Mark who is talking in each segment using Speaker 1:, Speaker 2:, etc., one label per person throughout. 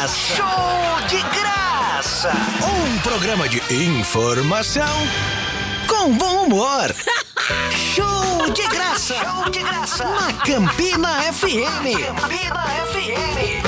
Speaker 1: Show de graça!
Speaker 2: Um programa de informação com bom humor.
Speaker 1: Show de graça! Show de graça!
Speaker 2: Na Campina FM.
Speaker 1: Campina FM.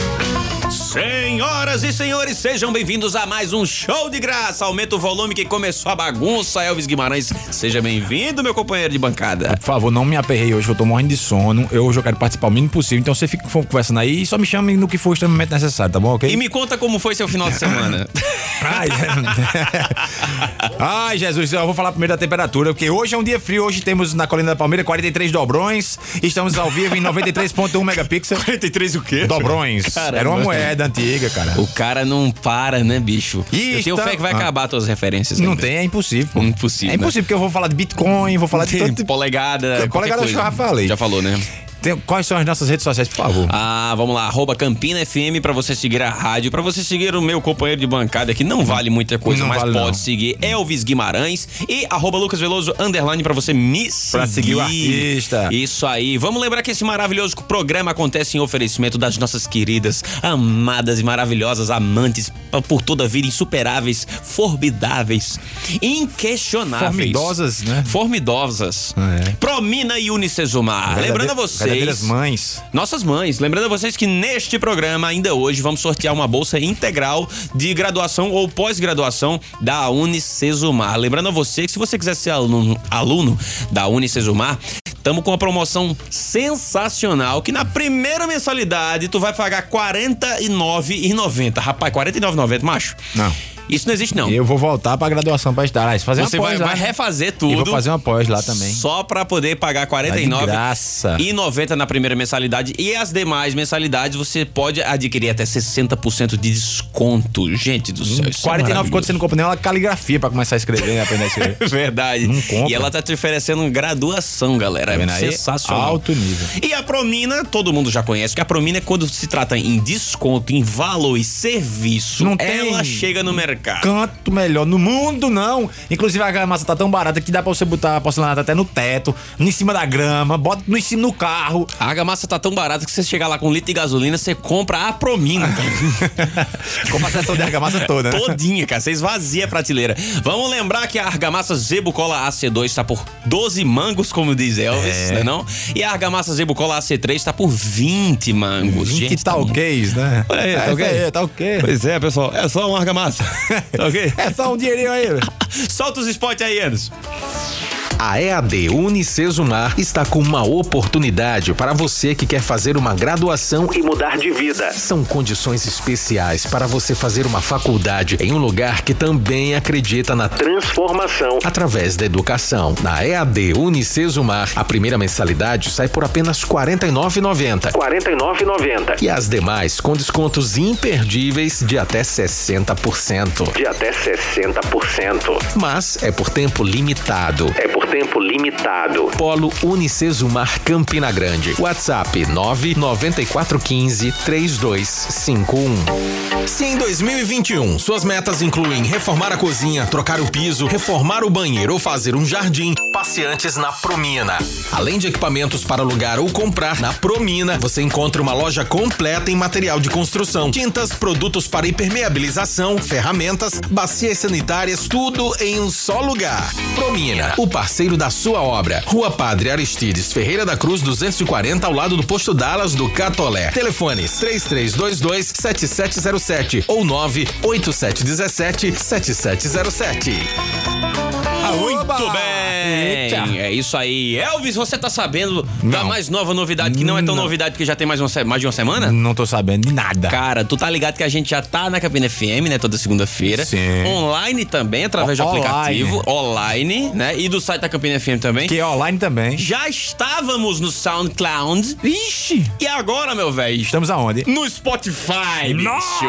Speaker 3: Senhoras e senhores, sejam bem-vindos a mais um show de graça. Aumenta o volume que começou a bagunça. Elvis Guimarães, seja bem-vindo, meu companheiro de bancada.
Speaker 4: Por favor, não me aperrei hoje, que eu tô morrendo de sono. Eu hoje eu quero participar o mínimo possível. Então você fica conversando aí e só me chame no que for extremamente necessário, tá bom? Ok?
Speaker 3: E me conta como foi seu final de semana.
Speaker 4: Ai, Ai, Jesus, eu vou falar primeiro da temperatura, porque hoje é um dia frio. Hoje temos na Colina da Palmeira 43 dobrões. Estamos ao vivo em 93.1 megapixel.
Speaker 3: 43 o quê?
Speaker 4: Dobrões.
Speaker 3: Caramba.
Speaker 4: Era uma moeda antiga, cara.
Speaker 3: O cara não para, né, bicho?
Speaker 4: E
Speaker 3: eu tenho
Speaker 4: está-
Speaker 3: fé que vai
Speaker 4: Ah.
Speaker 3: acabar tuas referências.
Speaker 4: Não
Speaker 3: ainda.
Speaker 4: tem, é impossível. pô.
Speaker 3: Impossível, né?
Speaker 4: É impossível, porque eu vou falar de Bitcoin, vou falar de
Speaker 3: Tem
Speaker 4: tanto.
Speaker 3: Polegada.
Speaker 4: Tem polegada,
Speaker 3: qualquer
Speaker 4: acho que eu
Speaker 3: coisa.
Speaker 4: já falei.
Speaker 3: Já falou, né?
Speaker 4: Tem- Quais são as nossas redes sociais, por favor?
Speaker 3: Ah, vamos lá, arroba Campina FM pra você seguir a rádio, pra você seguir o meu companheiro de bancada que não vale muita coisa,
Speaker 4: Não
Speaker 3: mas
Speaker 4: vale,
Speaker 3: pode
Speaker 4: não.
Speaker 3: seguir Elvis Guimarães e arroba Lucas Veloso underline pra você me seguir.
Speaker 4: Pra seguir o artista.
Speaker 3: Isso aí. Vamos lembrar que esse maravilhoso programa acontece em oferecimento das nossas queridas, amadas e maravilhosas amantes por toda a vida insuperáveis, formidáveis, inquestionáveis.
Speaker 4: Formidosas, né?
Speaker 3: Formidosas.
Speaker 4: É.
Speaker 3: Promina e Unicesumar. Lembrando a vocês...
Speaker 4: Verdadeiras mães.
Speaker 3: Nossas mães, lembrando a vocês que neste programa, ainda hoje, vamos sortear uma bolsa integral de graduação ou pós-graduação da Unicesumar. Lembrando a você que se você quiser ser aluno, aluno da Unicesumar, estamos com uma promoção sensacional que na primeira mensalidade tu vai pagar R$ 49,90. Rapaz, R$ 49,90, macho?
Speaker 4: Não.
Speaker 3: Isso não existe, não.
Speaker 4: Eu vou voltar pra graduação pra estar. Ah, fazer uma
Speaker 3: Você
Speaker 4: pós
Speaker 3: vai,
Speaker 4: lá.
Speaker 3: vai refazer
Speaker 4: E
Speaker 3: tudo.
Speaker 4: vou fazer uma pós lá também.
Speaker 3: Só pra poder pagar 49
Speaker 4: Tá de graça.
Speaker 3: e 90 na primeira mensalidade e as demais mensalidades você pode adquirir até 60% de desconto. Gente
Speaker 4: Hum,
Speaker 3: do céu, isso
Speaker 4: 49
Speaker 3: é
Speaker 4: quanto
Speaker 3: maravilhoso.
Speaker 4: você não compra nenhuma caligrafia pra começar a escrever, né? Aprender a escrever.
Speaker 3: Verdade.
Speaker 4: Não compra. Tá
Speaker 3: E ela tá te oferecendo graduação, galera.
Speaker 4: vendo
Speaker 3: É
Speaker 4: aí?
Speaker 3: sensacional.
Speaker 4: Alto nível.
Speaker 3: E a Promina, todo mundo já conhece, que a Promina, quando se trata em desconto, em valor e serviço,
Speaker 4: Não tem
Speaker 3: ela chega no mercado.
Speaker 4: Canto melhor no mundo, não. Inclusive a massa tá tão barata que dá pra você botar a porcelanato até no teto, em cima da grama, bota no em cima do carro.
Speaker 3: A argamassa tá tão barata que você chegar lá com um litro de gasolina, você compra a promina. tá
Speaker 4: Compra a seção de argamassa toda, né?
Speaker 3: Todinha, cara. Você esvazia a prateleira. Vamos lembrar que a argamassa Zebucola AC2 está tá por 12 mangos, como diz Elvis, né não? E a argamassa Zebucola AC3 está por 20 mangos.
Speaker 4: 20
Speaker 3: Gente, tá muito-
Speaker 4: talgays, né?
Speaker 3: Olha aí, tá ok.
Speaker 4: É, tá ok.
Speaker 3: Pois é, pessoal. É só uma argamassa. Tá ok?
Speaker 4: É só um dinheirinho aí. velho.
Speaker 3: Solta os spots aí, Anderson.
Speaker 5: A EAD Unicesumar está com uma oportunidade para você que quer fazer uma graduação e mudar de vida. São condições especiais para você fazer uma faculdade em um lugar que também acredita na transformação através da educação. Na EAD Unicesumar, a primeira mensalidade sai por apenas R$ 49,90. R$ 49,90. E as demais com descontos imperdíveis de até 60%.
Speaker 6: de até 60%.
Speaker 5: Mas é por tempo limitado.
Speaker 6: É por tempo limitado.
Speaker 5: Polo Unicesumar Campina Grande. WhatsApp 99415 3251. Se em 2021 suas metas incluem reformar a cozinha, trocar o piso, reformar o banheiro ou fazer um jardim, passe antes na Promina. Além de equipamentos para alugar ou comprar, na Promina você encontra uma loja completa em material de construção, tintas, produtos para impermeabilização, ferramentas, bacias sanitárias, tudo em um só lugar. Promina, o parceiro da sua obra. Rua Padre Aristides Ferreira da Cruz 240, ao lado do posto Dallas do Catolé. Telefones 3322 7707 ou 98717 7707.
Speaker 3: Ah, Muito
Speaker 4: Oba!
Speaker 3: bem!
Speaker 4: Eita.
Speaker 3: É isso aí. Elvis, você tá sabendo da
Speaker 4: Não.
Speaker 3: mais nova novidade, que não é tão novidade porque já tem mais, uma se- mais de uma semana?
Speaker 4: Não tô sabendo de nada.
Speaker 3: Cara, tu tá ligado que a gente já tá na Cabine FM, né? Toda segunda-feira.
Speaker 4: Sim.
Speaker 3: Online também, através do
Speaker 4: Online.
Speaker 3: aplicativo. Online, né? E do site da Cabine FM também.
Speaker 4: Que é online também.
Speaker 3: Já estávamos no SoundCloud.
Speaker 4: Ixi!
Speaker 3: E agora, meu velho?
Speaker 4: Estamos aonde?
Speaker 3: no Spotify,
Speaker 4: No!
Speaker 3: bicho.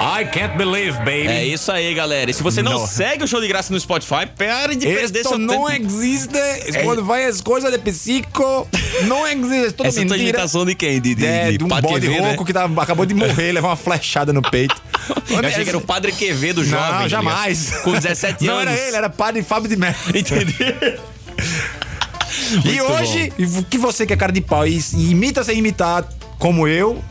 Speaker 4: I can't believe, baby.
Speaker 3: É isso aí, galera. E se você não
Speaker 4: No.
Speaker 3: segue o Show de Graça no Spotify, pare de perder
Speaker 4: Esto
Speaker 3: seu
Speaker 4: não
Speaker 3: tempo.
Speaker 4: existe.
Speaker 3: É
Speaker 4: Quando vai as coisas de psico, não existe. Tudo
Speaker 3: Essa tua
Speaker 4: mentira.
Speaker 3: imitação de quem? De, de,
Speaker 4: É, de um
Speaker 3: Padre
Speaker 4: bode
Speaker 3: Quevedo, né?
Speaker 4: rouco que tá- acabou de morrer, levou uma flechada no peito.
Speaker 3: Eu achei que era o Padre Quevedo
Speaker 4: Não,
Speaker 3: jovem. tá
Speaker 4: jamais.
Speaker 3: ligado? Com 17
Speaker 4: Não
Speaker 3: anos.
Speaker 4: era ele, era padre Fábio de Mello.
Speaker 3: Entendeu?
Speaker 4: E
Speaker 3: Muito
Speaker 4: hoje, e que você que é cara de pau e, e imita sem imitar, como eu,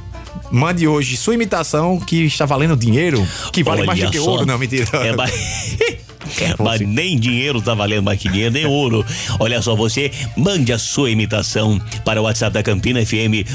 Speaker 4: Mande hoje sua imitação que está valendo dinheiro, que vale mais do
Speaker 3: Olha
Speaker 4: que
Speaker 3: só.
Speaker 4: ouro, não, mentira.
Speaker 3: É, mas... mas
Speaker 4: assim.
Speaker 3: nem dinheiro tá valendo mais que dinheiro, nem ouro. Olha só, você mande a sua imitação para o WhatsApp da Campina FM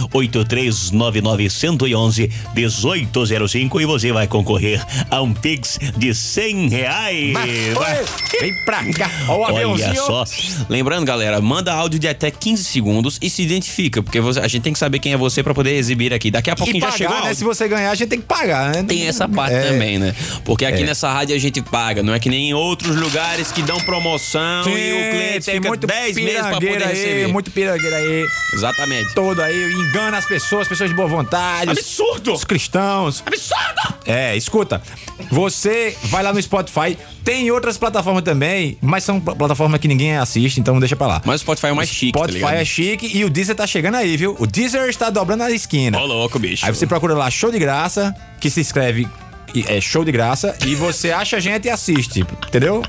Speaker 3: 8399111-1805 e você vai concorrer a um Pix de 100 reais.
Speaker 4: Oi, Vem pra cá. Ó o
Speaker 3: Olha
Speaker 4: aviãozinho.
Speaker 3: só. Lembrando, galera, manda áudio de até 15 segundos e se identifica, porque você- a gente tem que saber quem é você pra poder exibir aqui. Daqui a
Speaker 4: E
Speaker 3: pouquinho já chegou
Speaker 4: pagar, né?
Speaker 3: áudio.
Speaker 4: Se você ganhar, a gente tem que pagar, né?
Speaker 3: Tem essa parte
Speaker 4: É.
Speaker 3: também, né? Porque aqui nessa rádio a gente paga, não é que nem em outros lugares que dão promoção
Speaker 4: Sim,
Speaker 3: um e o cliente
Speaker 4: tem
Speaker 3: fica
Speaker 4: muito
Speaker 3: 10 meses pra poder
Speaker 4: pirangueiro aí,
Speaker 3: receber.
Speaker 4: Muito pirangueiro aí,
Speaker 3: Exatamente.
Speaker 4: todo aí, engana as pessoas, pessoas de boa vontade. os-
Speaker 3: Absurdo!
Speaker 4: Os cristãos.
Speaker 3: Absurdo!
Speaker 4: É, escuta, você vai lá no Spotify, tem outras plataformas também, mas são pl- plataformas que ninguém assiste, então deixa pra lá.
Speaker 3: Mas o Spotify é o mais chique, tá
Speaker 4: Spotify
Speaker 3: ligado?
Speaker 4: é chique e o Deezer tá chegando aí, viu? O Deezer está dobrando a esquina.
Speaker 3: Ó louco, bicho.
Speaker 4: Aí você procura lá Show de Graça, que se escreve e- é Show de Graça, e você acha a gente e assiste, entendeu?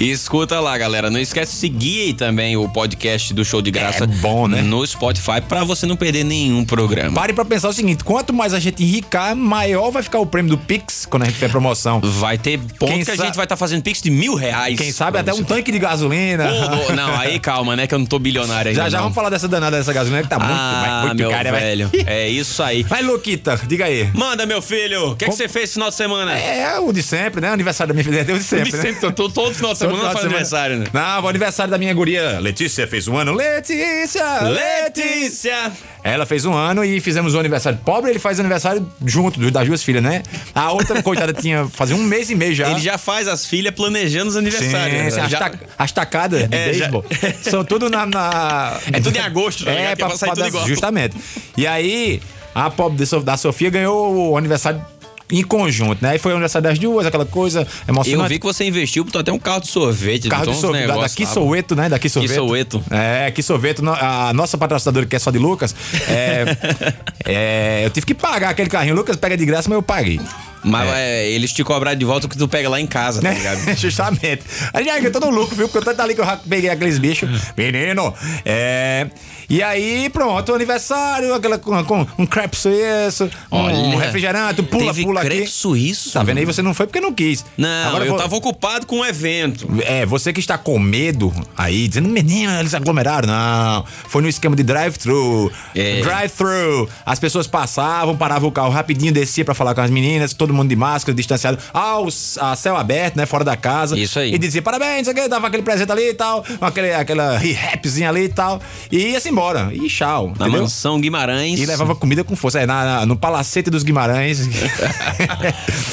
Speaker 3: E escuta lá, galera. Não esquece de seguir também o podcast do Show de Graça.
Speaker 4: É bom, né?
Speaker 3: No Spotify, pra você não perder nenhum programa.
Speaker 4: Pare pra pensar o seguinte, quanto mais a gente enricar, maior vai ficar o prêmio do Pix quando a gente tiver promoção.
Speaker 3: Vai ter ponto
Speaker 4: Quem
Speaker 3: que a
Speaker 4: sa-
Speaker 3: gente vai estar fazendo pix de mil reais.
Speaker 4: Quem sabe
Speaker 3: pra
Speaker 4: até
Speaker 3: você.
Speaker 4: um tanque de gasolina.
Speaker 3: Pô, não, aí calma, né? Que eu não tô bilionário ainda.
Speaker 4: Já já
Speaker 3: não.
Speaker 4: vamos falar dessa danada dessa gasolina que tá muito,
Speaker 3: Ah,
Speaker 4: vai, muito
Speaker 3: meu
Speaker 4: cara, vai.
Speaker 3: velho. É isso aí.
Speaker 4: Vai, Luquita, diga aí.
Speaker 3: Manda, meu filho. O que, é que você fez esse final de semana?
Speaker 4: É o de sempre, né? Aniversário da minha filha é o de sempre. né?
Speaker 3: Sempre, tô, todo final de
Speaker 4: Todo
Speaker 3: semana
Speaker 4: final de
Speaker 3: faz
Speaker 4: semana.
Speaker 3: aniversário, né?
Speaker 4: Não, o aniversário da minha guria. Letícia fez um ano. Letícia!
Speaker 3: Letícia!
Speaker 4: Ela fez um ano e fizemos o aniversário pobre, ele faz aniversário junto, do- das duas filhas, né? A outra, coitada, tinha fazia um mês e meio já.
Speaker 3: Ele já faz as filhas planejando os
Speaker 4: Sim,
Speaker 3: aniversários.
Speaker 4: sim,
Speaker 3: né?
Speaker 4: as,
Speaker 3: Já-
Speaker 4: ta- as tacadas de
Speaker 3: É, já-
Speaker 4: beisebol são tudo na, na-
Speaker 3: É tudo em agosto, tá ligado?
Speaker 4: É,
Speaker 3: Que é
Speaker 4: pra,
Speaker 3: pra sair
Speaker 4: pra
Speaker 3: tudo
Speaker 4: dar-
Speaker 3: igual.
Speaker 4: Justamente. E aí, a pobre de So- da Sofia ganhou o aniversário em conjunto, né? E foi o aniversário das duas, aquela coisa
Speaker 3: Eu
Speaker 4: emocionante.
Speaker 3: vi que você investiu, botou até um carro de sorvete.
Speaker 4: é Carro
Speaker 3: botou
Speaker 4: de
Speaker 3: Então, uns
Speaker 4: sorvete, da, da
Speaker 3: negócios lá.
Speaker 4: Kissoweto, né? Da Kissoweto.
Speaker 3: Kissoweto.
Speaker 4: É, Kissoweto, no- a nossa patrocinadora que é só de Lucas. é- é, eu tive que pagar aquele carrinho. Lucas pega de graça, mas eu paguei.
Speaker 3: Mas é, eles te cobraram de volta o que tu pega lá em casa, tá ligado?
Speaker 4: Né? Justamente. Aí já eu tô no lucro, viu? Porque eu tanto ali que eu já peguei aqueles bichos. Menino! É. E aí, pronto, aniversário, aquela com, com um crepe suíço, um refrigerante, pula,
Speaker 3: teve
Speaker 4: pula
Speaker 3: crepe
Speaker 4: aqui.
Speaker 3: suíço.
Speaker 4: Tá vendo aí? Você não foi porque não quis.
Speaker 3: Não, eu
Speaker 4: vou-
Speaker 3: tava ocupado com o evento.
Speaker 4: É, você que está com medo aí, dizendo, menino, eles aglomeraram. Não, foi no esquema de drive-thru.
Speaker 3: É.
Speaker 4: Drive-thru. As pessoas passavam, paravam o carro rapidinho, descia pra falar com as meninas, todo mundo de máscara, distanciado, ao a céu aberto, né, fora da casa.
Speaker 3: Isso aí.
Speaker 4: E dizia, parabéns, não sei o quê, dava aquele presente ali e tal, aquele, aquela rapzinha ali e tal. E ia-se embora. E tchau.
Speaker 3: Na
Speaker 4: entendeu?
Speaker 3: mansão Guimarães.
Speaker 4: E levava comida com força. É, na, na- no palacete dos Guimarães.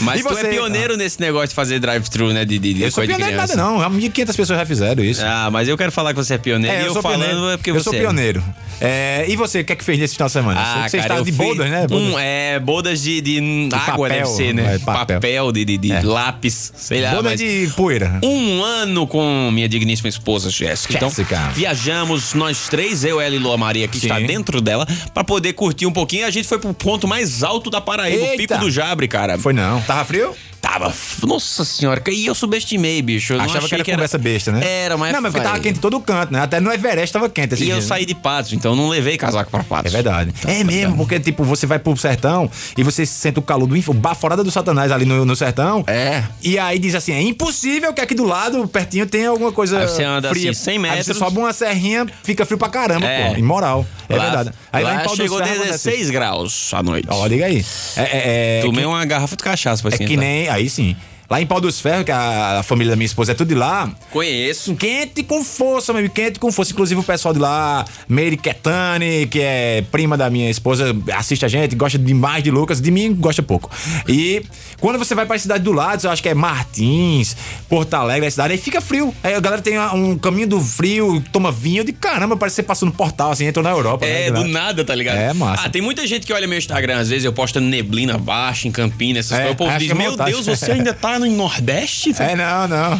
Speaker 3: Mas
Speaker 4: E
Speaker 3: tu
Speaker 4: você? ah?
Speaker 3: é pioneiro nesse negócio de fazer drive-thru, né? De, de, de
Speaker 4: Eu sou
Speaker 3: coisa de
Speaker 4: pioneiro em nada,
Speaker 3: criança.
Speaker 4: não. 1.500 pessoas já fizeram isso.
Speaker 3: Ah, mas eu quero falar que você é pioneiro.
Speaker 4: É,
Speaker 3: e eu, falando é porque
Speaker 4: eu
Speaker 3: você.
Speaker 4: sou
Speaker 3: é.
Speaker 4: pioneiro. É, e você, o que é que fez nesse final de semana? Eu sei
Speaker 3: Ah,
Speaker 4: que você
Speaker 3: cara,
Speaker 4: está
Speaker 3: eu
Speaker 4: de
Speaker 3: fiz
Speaker 4: bodas, né? Bodas.
Speaker 3: Um, é, bodas de, de, água
Speaker 4: papel,
Speaker 3: deve ser, né?
Speaker 4: é, papel.
Speaker 3: papel. de, de, de
Speaker 4: É.
Speaker 3: lápis, sei lá.
Speaker 4: Boda
Speaker 3: mas-
Speaker 4: de poeira.
Speaker 3: Um ano com minha digníssima esposa, Jéssica. Então,
Speaker 4: Jéssica.
Speaker 3: viajamos nós três, eu, ela e Lua Maria, que
Speaker 4: Sim.
Speaker 3: está dentro dela, pra poder curtir um pouquinho. A gente foi pro ponto mais alto da Paraíba, o
Speaker 4: Eita.
Speaker 3: Pico do Jabre, cara.
Speaker 4: Foi não. Tava frio?
Speaker 3: Tava. Nossa senhora, que- e eu subestimei, bicho. Eu não
Speaker 4: Achava
Speaker 3: achei
Speaker 4: que era conversa besta, né?
Speaker 3: Era, mas.
Speaker 4: Não, mas porque
Speaker 3: foi.
Speaker 4: tava quente em todo canto, né? Até no Everest tava quente. esse
Speaker 3: E eu
Speaker 4: dia. né?
Speaker 3: saí Tá, de patos, então eu não levei casaco pra patos. Então,
Speaker 4: É verdade. é mesmo, porque, tipo, você vai pro sertão e você sente o calor do inferno, baforada do satanás ali no, no sertão.
Speaker 3: É.
Speaker 4: E aí diz assim: é impossível que aqui do lado, pertinho, tenha alguma coisa.
Speaker 3: Aí você anda,
Speaker 4: fria.
Speaker 3: assim, 100
Speaker 4: Aí você
Speaker 3: metros.
Speaker 4: sobe uma serrinha, fica frio pra caramba,
Speaker 3: É.
Speaker 4: pô. Imoral. É
Speaker 3: Lá-
Speaker 4: verdade. Aí lá,
Speaker 3: lá
Speaker 4: em Pau
Speaker 3: chegou
Speaker 4: dos Ferros acontece
Speaker 3: 16 graus à noite.
Speaker 4: Ó, liga aí. É, é, é,
Speaker 3: Tomei
Speaker 4: que,
Speaker 3: uma garrafa de cachaça pra
Speaker 4: é que nem. Aí sim. Lá em Pau dos Ferros, que a, a família da minha esposa é tudo de lá.
Speaker 3: Conheço.
Speaker 4: Quente com força, meu. Quente com força. Inclusive o pessoal de lá, Mary Ketani, que é prima da minha esposa, assiste a gente, gosta demais de Lucas. De mim, gosta pouco. E quando você vai pra cidade do lado, eu acho que é Martins, Porto Alegre, a cidade, aí fica frio. Aí a galera tem uma- um caminho do frio, toma vinho. De caramba, parece que você passou no portal, assim, entrou na Europa. né,
Speaker 3: É,
Speaker 4: de lá.
Speaker 3: do nada, tá ligado?
Speaker 4: É, massa.
Speaker 3: Ah, tem muita gente que olha meu Instagram, às vezes eu posto neblina baixa em Campinas, essas
Speaker 4: É,
Speaker 3: coisas. O povo
Speaker 4: acho
Speaker 3: diz,
Speaker 4: que é
Speaker 3: meu
Speaker 4: montagem."
Speaker 3: Deus, você ainda tá no Nordeste?
Speaker 4: É, não, não.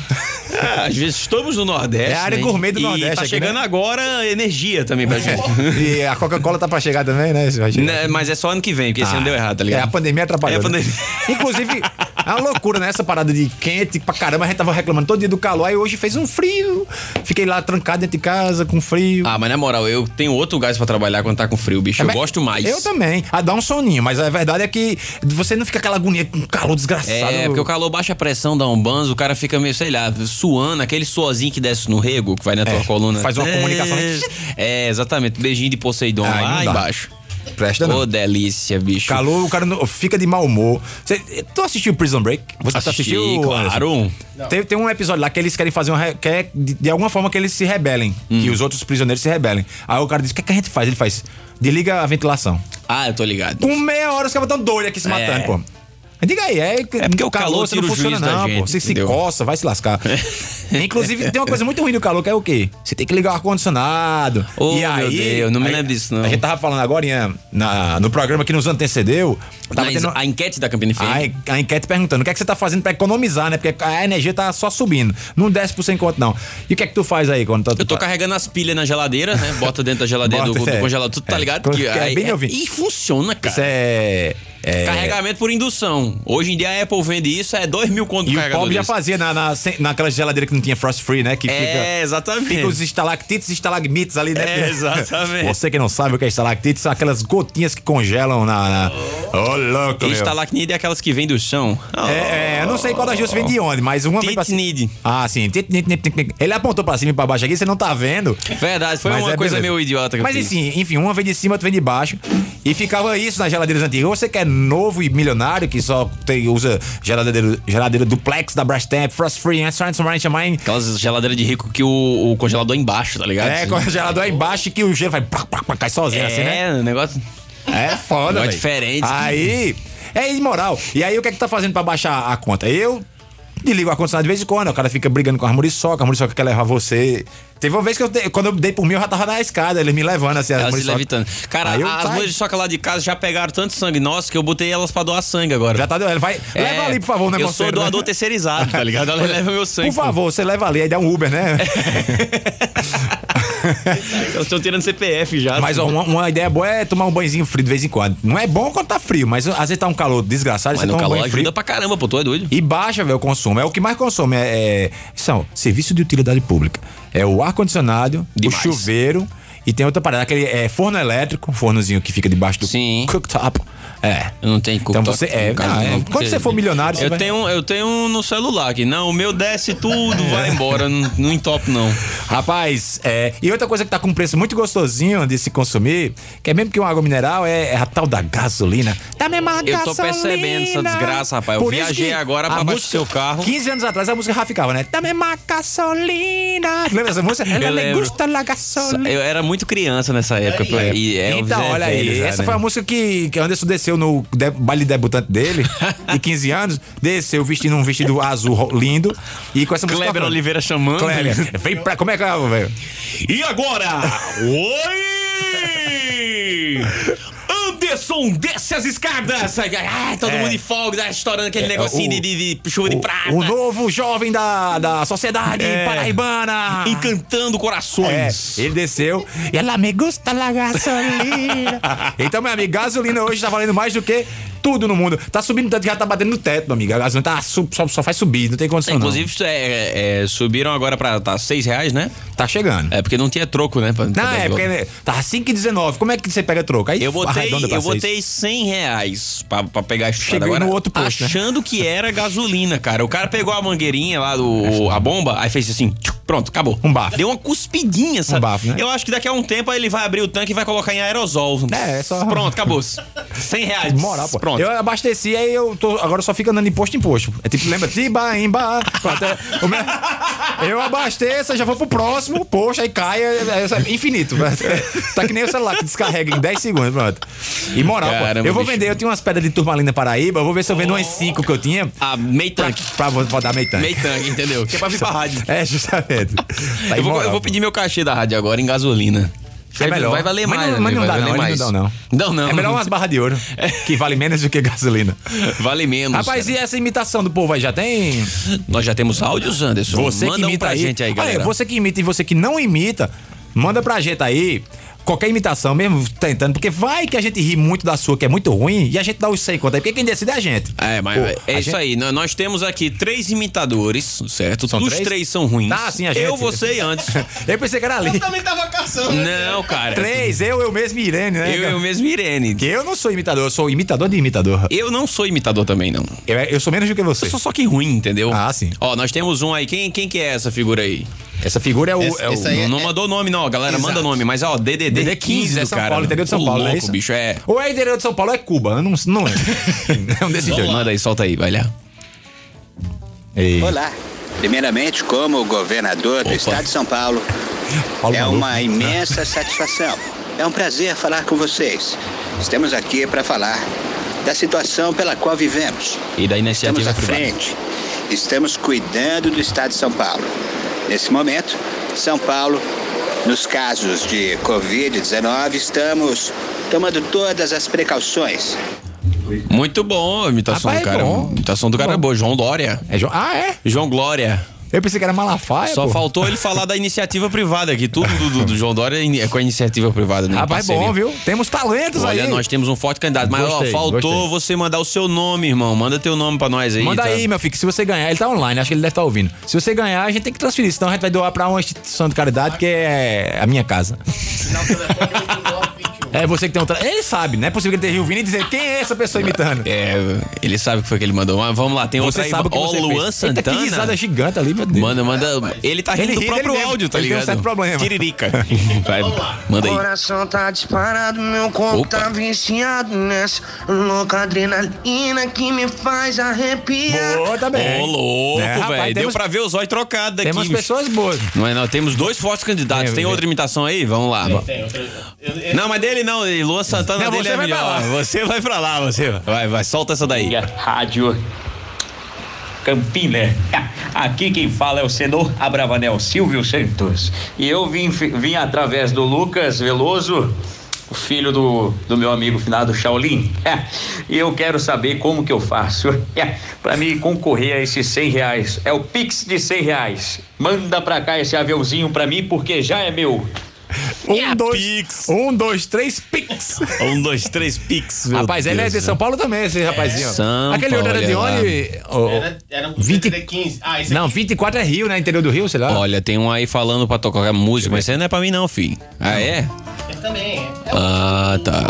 Speaker 3: Ah, às vezes estamos no Nordeste.
Speaker 4: É a área
Speaker 3: né?
Speaker 4: gourmet do
Speaker 3: e
Speaker 4: Nordeste
Speaker 3: tá
Speaker 4: aqui,
Speaker 3: chegando
Speaker 4: né? É.
Speaker 3: agora energia também pra gente.
Speaker 4: E a Coca-Cola tá pra chegar também, né? Vai chegar.
Speaker 3: Né, Mas é só ano que vem, porque esse
Speaker 4: Ah,
Speaker 3: ano deu errado, tá ligado?
Speaker 4: É, a pandemia atrapalhou.
Speaker 3: É a
Speaker 4: né?
Speaker 3: pandemia.
Speaker 4: Inclusive, É uma loucura, né? Essa parada de quente pra caramba. A gente tava reclamando todo dia do calor. Aí hoje fez um frio. Fiquei lá trancado dentro de casa com frio.
Speaker 3: Ah, mas na moral, eu tenho outro gás pra trabalhar quando tá com frio, bicho. eu
Speaker 4: Mas-
Speaker 3: gosto mais.
Speaker 4: Eu também. Ah, dá um soninho, mas a verdade é que você não fica aquela agonia com calor desgraçado.
Speaker 3: É, porque o calor baixa a pressão, dá um banzo, o cara fica meio, sei lá, suando, aquele suozinho que desce no rego, que vai na tua coluna.
Speaker 4: É, faz uma comunicação, né?
Speaker 3: É, exatamente. Beijinho de Poseidon
Speaker 4: Ai,
Speaker 3: lá
Speaker 4: não dá.
Speaker 3: embaixo.
Speaker 4: Presta
Speaker 3: Ô,
Speaker 4: não.
Speaker 3: delícia, bicho.
Speaker 4: Calor, o cara não- fica de mau humor. Você, tu assistiu Prison Break? Você tá
Speaker 3: Assisti,
Speaker 4: assistiu?
Speaker 3: claro.
Speaker 4: Anderson? Tem, tem um episódio lá que eles querem fazer uma. re- Quer, de, de alguma forma que eles se rebelem.
Speaker 3: Hum.
Speaker 4: Que os outros prisioneiros se rebelem. Aí o cara diz: o que, é que a gente faz? Ele faz: desliga a ventilação.
Speaker 3: Ah, eu tô ligado.
Speaker 4: Com meia hora os caras estão doidos aqui se matando, pô. Diga aí, é,
Speaker 3: É porque o calor
Speaker 4: você não
Speaker 3: tira o
Speaker 4: funciona
Speaker 3: juízo da
Speaker 4: não, pô.
Speaker 3: gente,
Speaker 4: Você se
Speaker 3: entendeu?
Speaker 4: coça, vai se lascar. Inclusive, tem uma coisa muito ruim do calor, que é o quê? Você tem que ligar o ar-condicionado.
Speaker 3: Ô,
Speaker 4: e
Speaker 3: meu
Speaker 4: aí,
Speaker 3: Deus, não me
Speaker 4: aí-
Speaker 3: lembro disso, não.
Speaker 4: A gente tava falando agora em- na, no programa que nos antecedeu. Tava
Speaker 3: Mas
Speaker 4: tendo
Speaker 3: A enquete da Campina FM.
Speaker 4: a, en- a enquete perguntando o que é que você tá fazendo pra economizar, né? Porque a energia tá só subindo. Não desce por sem conta, não. E o que é que tu faz aí quando tá,
Speaker 3: Eu tô carregando as pilhas na geladeira, né? Bota dentro da geladeira
Speaker 4: Bota,
Speaker 3: do, do
Speaker 4: é.
Speaker 3: congelador. Tu tá
Speaker 4: É.
Speaker 3: ligado? Que,
Speaker 4: É bem
Speaker 3: aí-
Speaker 4: novinho.
Speaker 3: e funciona, cara.
Speaker 4: Isso é. é-
Speaker 3: Carregamento por indução. Hoje em dia a Apple vende isso, é 2 mil conto
Speaker 4: E o
Speaker 3: carregador
Speaker 4: pobre já
Speaker 3: desse.
Speaker 4: fazia na, na, sem- naquela geladeira que não tinha frost free, né? Que
Speaker 3: É,
Speaker 4: fica.
Speaker 3: exatamente.
Speaker 4: Fica os estalactites e estalagmites ali, né?
Speaker 3: É, exatamente.
Speaker 4: Você que não sabe o que é estalactite, são aquelas gotinhas que congelam na. na... Ô, louco,
Speaker 3: E
Speaker 4: meu.
Speaker 3: estalacnide é aquelas que vêm do chão. Ah,
Speaker 4: É, é, eu não sei qual das duas vem de onde, mas uma vem pra cima.
Speaker 3: Titnide.
Speaker 4: Ah, sim. Titnide. Ele apontou pra cima e pra baixo aqui, você não tá vendo.
Speaker 3: Verdade, foi
Speaker 4: Mas
Speaker 3: uma
Speaker 4: é
Speaker 3: coisa
Speaker 4: beleza.
Speaker 3: meio idiota que
Speaker 4: Mas
Speaker 3: eu fiz.
Speaker 4: assim, enfim, uma vem de cima, outra vem de baixo. E ficava isso nas geladeiras antigas. Ou Você que é novo e milionário, que só tem, usa geladeira, geladeira duplex da Brastemp, Frost Free, Ansorance, Mine.
Speaker 3: Aquelas geladeiras de rico que o, o congelador é embaixo, tá ligado?
Speaker 4: É, com o gelador aí embaixo que o gelo vai pá, pá, pá, cai sozinho
Speaker 3: É,
Speaker 4: assim, né?
Speaker 3: o negócio. tá
Speaker 4: É foda,
Speaker 3: Não é
Speaker 4: véi.
Speaker 3: diferente.
Speaker 4: Aí, é imoral. E aí, o que é que tá fazendo pra baixar a conta? Eu desligo a condicionado de vez em quando. O cara fica brigando com a muriçoca, a muriçoca quer levar você. Teve uma vez que eu, dei- quando eu dei por mim, eu já tava na escada, eles me levando assim, as
Speaker 3: Elas se
Speaker 4: muriçoca.
Speaker 3: levitando. Cara,
Speaker 4: Aí eu
Speaker 3: as
Speaker 4: saio.
Speaker 3: mães de soca lá de casa já pegaram tanto sangue nosso que eu botei elas pra doar sangue agora.
Speaker 4: Já tá doendo. Vai,
Speaker 3: É,
Speaker 4: leva ali, por favor, o
Speaker 3: Eu
Speaker 4: negócio. né?
Speaker 3: sou doador terceirizado, tá ligado? Ela leva meu sangue.
Speaker 4: Por favor, você leva ali, aí dá um Uber, né?
Speaker 3: É. Eu estou tirando CPF já.
Speaker 4: Mas ó, uma, uma ideia boa é tomar um banhozinho frio de vez em quando. Não é bom quando tá frio, mas às vezes tá um calor desgraçado, você
Speaker 3: Mas no
Speaker 4: toma um
Speaker 3: calor
Speaker 4: banho
Speaker 3: ajuda
Speaker 4: frio.
Speaker 3: pra caramba, pô, tu é doido.
Speaker 4: E baixa, velho, o consumo. É o que mais consome. É, é- são serviço de utilidade pública. É o ar-condicionado, o
Speaker 3: Demais.
Speaker 4: chuveiro e tem outra parada, aquele é, forno elétrico, um fornozinho que fica debaixo do
Speaker 3: Sim.
Speaker 4: cooktop. É.
Speaker 3: Eu não tenho
Speaker 4: Então você é. ah, é. Quando você for milionário, você
Speaker 3: eu
Speaker 4: vai-
Speaker 3: tenho, eu tenho um no celular aqui. Não, o meu desce tudo,
Speaker 4: É.
Speaker 3: vai embora. Não, não entope, não.
Speaker 4: Rapaz, é, e outra coisa que tá com um preço muito gostosinho de se consumir, que é mesmo que uma água mineral, é, é a tal da gasolina. Da mesma
Speaker 3: Eu
Speaker 4: gasolina.
Speaker 3: tô percebendo essa desgraça, rapaz. Eu
Speaker 4: isso
Speaker 3: viajei
Speaker 4: que
Speaker 3: agora
Speaker 4: a
Speaker 3: pra baixo do
Speaker 4: música-
Speaker 3: seu carro.
Speaker 4: 15 anos atrás a música já ficava, né? Da mesma gasolina. Lembra essa música? Ela me
Speaker 3: lembro.
Speaker 4: gusta la gasolina.
Speaker 3: Eu era muito criança nessa época. pô, e é,
Speaker 4: então,
Speaker 3: é
Speaker 4: olha aí.
Speaker 3: velho já,
Speaker 4: essa
Speaker 3: né?
Speaker 4: foi a música que, que Anderson desceu no de- baile debutante dele, de 15 anos. Desceu vestindo um vestido azul ro- lindo. E com essa música.
Speaker 3: Kleber
Speaker 4: tocando.
Speaker 3: Oliveira chamando.
Speaker 4: Kleber, vem pra. Como é que é, velho?
Speaker 3: E agora? Oi! Anderson, desce as escadas! Ah, todo
Speaker 4: É.
Speaker 3: mundo em folga, tá estourando aquele
Speaker 4: É,
Speaker 3: negocinho de,
Speaker 4: o-
Speaker 3: de- de chuva de
Speaker 4: O-
Speaker 3: prata.
Speaker 4: O novo jovem da, da sociedade
Speaker 3: É.
Speaker 4: paraibana.
Speaker 3: Encantando
Speaker 4: É,
Speaker 3: corações.
Speaker 4: ele desceu e ela me gusta la gasolina. então, meu amigo, gasolina hoje tá valendo mais do que tudo no mundo. Tá subindo tanto que já tá batendo no teto, meu amigo. A gasolina tá, su- só, só faz subir, não tem
Speaker 3: É,
Speaker 4: condição
Speaker 3: Inclusive, isso é- é, subiram agora pra tá, 6 reais, né?
Speaker 4: não. Tá chegando.
Speaker 3: É porque não tinha troco, né? pra- pra
Speaker 4: Não,
Speaker 3: dar de
Speaker 4: é porque
Speaker 3: volta.
Speaker 4: né, tá 5,19. Como é que você pega troco? Aí
Speaker 3: Eu botei,
Speaker 4: arredonda pra
Speaker 3: eu
Speaker 4: seis.
Speaker 3: botei 100 reais pra, pra pegar esse
Speaker 4: Chegou
Speaker 3: agora,
Speaker 4: no outro posto, né?
Speaker 3: Achando que era gasolina, cara. O cara pegou a mangueirinha lá, do, a bomba, aí fez assim, tchuc, pronto, acabou.
Speaker 4: Um bafo.
Speaker 3: Deu uma cuspidinha, sabe?
Speaker 4: bafo, né?
Speaker 3: Eu acho que daqui a um tempo aí ele vai abrir o tanque e vai colocar em aerosol.
Speaker 4: É, é só-
Speaker 3: Pronto, acabou. 100 reais.
Speaker 4: Moral, pô.
Speaker 3: Pronto.
Speaker 4: Eu abasteci, aí eu tô. Agora eu só fico andando de posto em posto. É tipo, lembra? Tiba, imba. Pronto, é- o meu- Eu abasteço, aí já vou pro próximo, posto, aí cai, é, é infinito. Tá que nem o celular que descarrega em 10 segundos, pronto. E moral,
Speaker 3: Caramba,
Speaker 4: pô. Eu vou
Speaker 3: bicho.
Speaker 4: vender, eu tinha umas pedras de turmalina Paraíba, eu vou ver se eu vendo umas 5 que eu tinha.
Speaker 3: Ah, meio
Speaker 4: Pra,
Speaker 3: tanque.
Speaker 4: pra vou, vou dar meio tanque.
Speaker 3: Meio tanque, entendeu? Que é pra vir pra rádio.
Speaker 4: É, justamente. Tá
Speaker 3: eu, vou,
Speaker 4: imoral,
Speaker 3: eu vou
Speaker 4: pô.
Speaker 3: pedir meu cachê da rádio agora em gasolina.
Speaker 4: É melhor.
Speaker 3: Vai valer
Speaker 4: Mas
Speaker 3: mais.
Speaker 4: não- Mas
Speaker 3: amigo,
Speaker 4: não dá,
Speaker 3: vai
Speaker 4: não.
Speaker 3: valer
Speaker 4: Mas
Speaker 3: mais.
Speaker 4: não dá, não.
Speaker 3: Não, não.
Speaker 4: É melhor umas barras de ouro, que vale menos do que gasolina.
Speaker 3: Vale menos.
Speaker 4: Rapaz, e essa imitação do povo aí já tem?
Speaker 3: Nós já temos áudios, Anderson.
Speaker 4: Você
Speaker 3: Manda
Speaker 4: que
Speaker 3: um
Speaker 4: imita
Speaker 3: pra
Speaker 4: aí.
Speaker 3: gente aí,
Speaker 4: Ah, é,
Speaker 3: galera.
Speaker 4: você que imita e você que não imita, manda pra gente aí qualquer imitação, mesmo tentando, porque vai que a gente ri muito da sua, que é muito ruim, e a gente dá os 100 conta aí, porque quem decide é a gente.
Speaker 3: É, mas
Speaker 4: Pô,
Speaker 3: é
Speaker 4: a
Speaker 3: isso
Speaker 4: gente-
Speaker 3: aí. Nó- Nós temos aqui três imitadores, certo?
Speaker 4: São
Speaker 3: Os
Speaker 4: três?
Speaker 3: três são ruins.
Speaker 4: Ah, sim, a gente.
Speaker 3: Eu, você e antes.
Speaker 4: Eu pensei que era ali.
Speaker 7: também tava caçando.
Speaker 3: Não, cara.
Speaker 4: Três, eu, eu mesmo e Irene, né?
Speaker 3: Eu, eu mesmo e Irene.
Speaker 4: Que eu não sou imitador, eu sou imitador de imitador.
Speaker 3: Eu não sou imitador também, não.
Speaker 4: Eu, eu sou menos do que você.
Speaker 3: Eu sou só que ruim, entendeu?
Speaker 4: Ah, sim.
Speaker 3: Ó, nós temos um aí. Quem, quem que é essa figura aí?
Speaker 4: Essa figura é o.
Speaker 7: Esse-
Speaker 4: é o-
Speaker 7: esse aí
Speaker 3: não, não
Speaker 7: é-
Speaker 3: mandou nome, não, galera.
Speaker 7: Exato.
Speaker 3: Manda nome, mas ó, DDD,
Speaker 4: DDD
Speaker 3: 15
Speaker 4: é
Speaker 3: do
Speaker 4: São
Speaker 3: cara.
Speaker 4: Paulo, interior de São
Speaker 3: Ô,
Speaker 4: Paulo,
Speaker 3: louco,
Speaker 4: é isso?
Speaker 3: bicho, é.
Speaker 4: Ou é interior de São Paulo ou é Cuba, eu não, não lembro. é um desses dois.
Speaker 3: Manda aí, solta aí, vai lá.
Speaker 4: Ei,
Speaker 8: Olá. Primeiramente, como governador do estado de São Paulo,
Speaker 4: Paulo
Speaker 8: é
Speaker 4: Maluf. Ah,
Speaker 8: uma imensa satisfação. É um prazer falar com vocês. Estamos aqui para falar da situação pela qual vivemos.
Speaker 3: E da
Speaker 8: Estamos
Speaker 3: iniciativa
Speaker 8: à
Speaker 3: privada.
Speaker 8: frente. Estamos cuidando do estado de São Paulo. Nesse momento, São Paulo, nos casos de Covid-19, estamos tomando todas as precauções.
Speaker 3: Muito bom a imitação
Speaker 4: Rapaz,
Speaker 3: do
Speaker 4: é
Speaker 3: cara.
Speaker 4: bom.
Speaker 3: A imitação do cara é
Speaker 4: Bom.
Speaker 3: boa. João Glória.
Speaker 4: É Jo- Ah, é?
Speaker 3: João Glória.
Speaker 4: Eu pensei que era Malafaia.
Speaker 3: Só
Speaker 4: É, pô.
Speaker 3: faltou ele falar da iniciativa privada, que tudo do, do- do João Dória é in- é com a iniciativa privada, né? em
Speaker 4: Rapaz, é
Speaker 3: parceria.
Speaker 4: bom, viu? Temos talentos
Speaker 3: Olha,
Speaker 4: aí.
Speaker 3: nós temos um forte candidato. Mas,
Speaker 4: Gostei,
Speaker 3: ó, faltou
Speaker 4: gostei.
Speaker 3: você mandar o seu nome, irmão. Manda teu nome pra nós aí.
Speaker 4: Manda
Speaker 3: tá?
Speaker 4: aí, meu filho, que se você ganhar, ele tá online, acho que ele deve estar ouvindo. Se você ganhar, a gente tem que transferir, senão a gente vai doar pra uma instituição de caridade que é a minha casa. É você que tem um. Tra... Ele sabe, não é possível que ele esteja ouvindo e dizer quem é essa pessoa imitando.
Speaker 3: É, ele sabe o que foi que ele mandou. Mas vamos lá, tem outra
Speaker 4: Você
Speaker 3: aí.
Speaker 4: sabe o que
Speaker 3: Ó,
Speaker 4: você
Speaker 3: Luan
Speaker 4: fez. Eita,
Speaker 3: Santana.
Speaker 4: que risada gigante ali, meu Deus.
Speaker 3: Manda, manda. Ele tá rindo
Speaker 4: Ele
Speaker 3: do
Speaker 4: ri dele
Speaker 3: próprio
Speaker 4: mesmo.
Speaker 3: áudio, tá
Speaker 4: Ele tem um
Speaker 3: ligado?
Speaker 4: certo problema.
Speaker 3: Tiririca. Vai, manda aí.
Speaker 9: Coração tá disparado, meu corpo
Speaker 3: Opa.
Speaker 9: tá viciado nessa louca adrenalina que me faz arrepiar.
Speaker 4: Boa, tá bem.
Speaker 3: Ô, louco,
Speaker 4: É, rapaz,
Speaker 3: velho. Deu
Speaker 4: temos-
Speaker 3: pra ver os olhos trocados daqui.
Speaker 4: Tem umas
Speaker 3: bicho.
Speaker 4: pessoas boas.
Speaker 3: Não é, não. Temos dois fortes candidatos.
Speaker 4: É,
Speaker 3: Tem
Speaker 4: é.
Speaker 3: outra imitação aí? Vamos lá. Não, mas dele não. E Luan Santana
Speaker 4: Não,
Speaker 3: dele
Speaker 4: você
Speaker 3: é
Speaker 4: vai pra
Speaker 3: melhor.
Speaker 4: lá.
Speaker 3: Você vai pra lá, você. vai. Vai, vai. Solta essa daí.
Speaker 10: Amiga Rádio Campina. Aqui quem fala é o senhor Abravanel Silvio Santos. E eu vim, vim através do Lucas Veloso, o filho do, do meu amigo finado Shaolin. E eu quero saber como que eu faço para me concorrer a esses 100 reais. É o Pix de 100 reais. Manda pra cá esse aviãozinho pra mim porque já é meu.
Speaker 4: Um, dois,
Speaker 3: Pix.
Speaker 4: um, dois, três, pix.
Speaker 3: Um, dois, três, pix. meu
Speaker 4: Rapaz, ele é
Speaker 3: Deus
Speaker 4: de
Speaker 3: do
Speaker 4: São Paulo também, esse rapazinho.
Speaker 3: É São
Speaker 4: Aquele outro era de
Speaker 3: Paulo,
Speaker 4: onde? Ô, ô.
Speaker 7: Era um
Speaker 4: 20
Speaker 7: 15. Ah, esse
Speaker 4: Não, 24 é Rio, né? Interior do Rio, sei lá.
Speaker 3: céu. Olha, tem um aí falando pra tocar música, mas isso aí não é pra mim, não, filho. Ah, é?
Speaker 7: aqui também é.
Speaker 3: Ah, tá.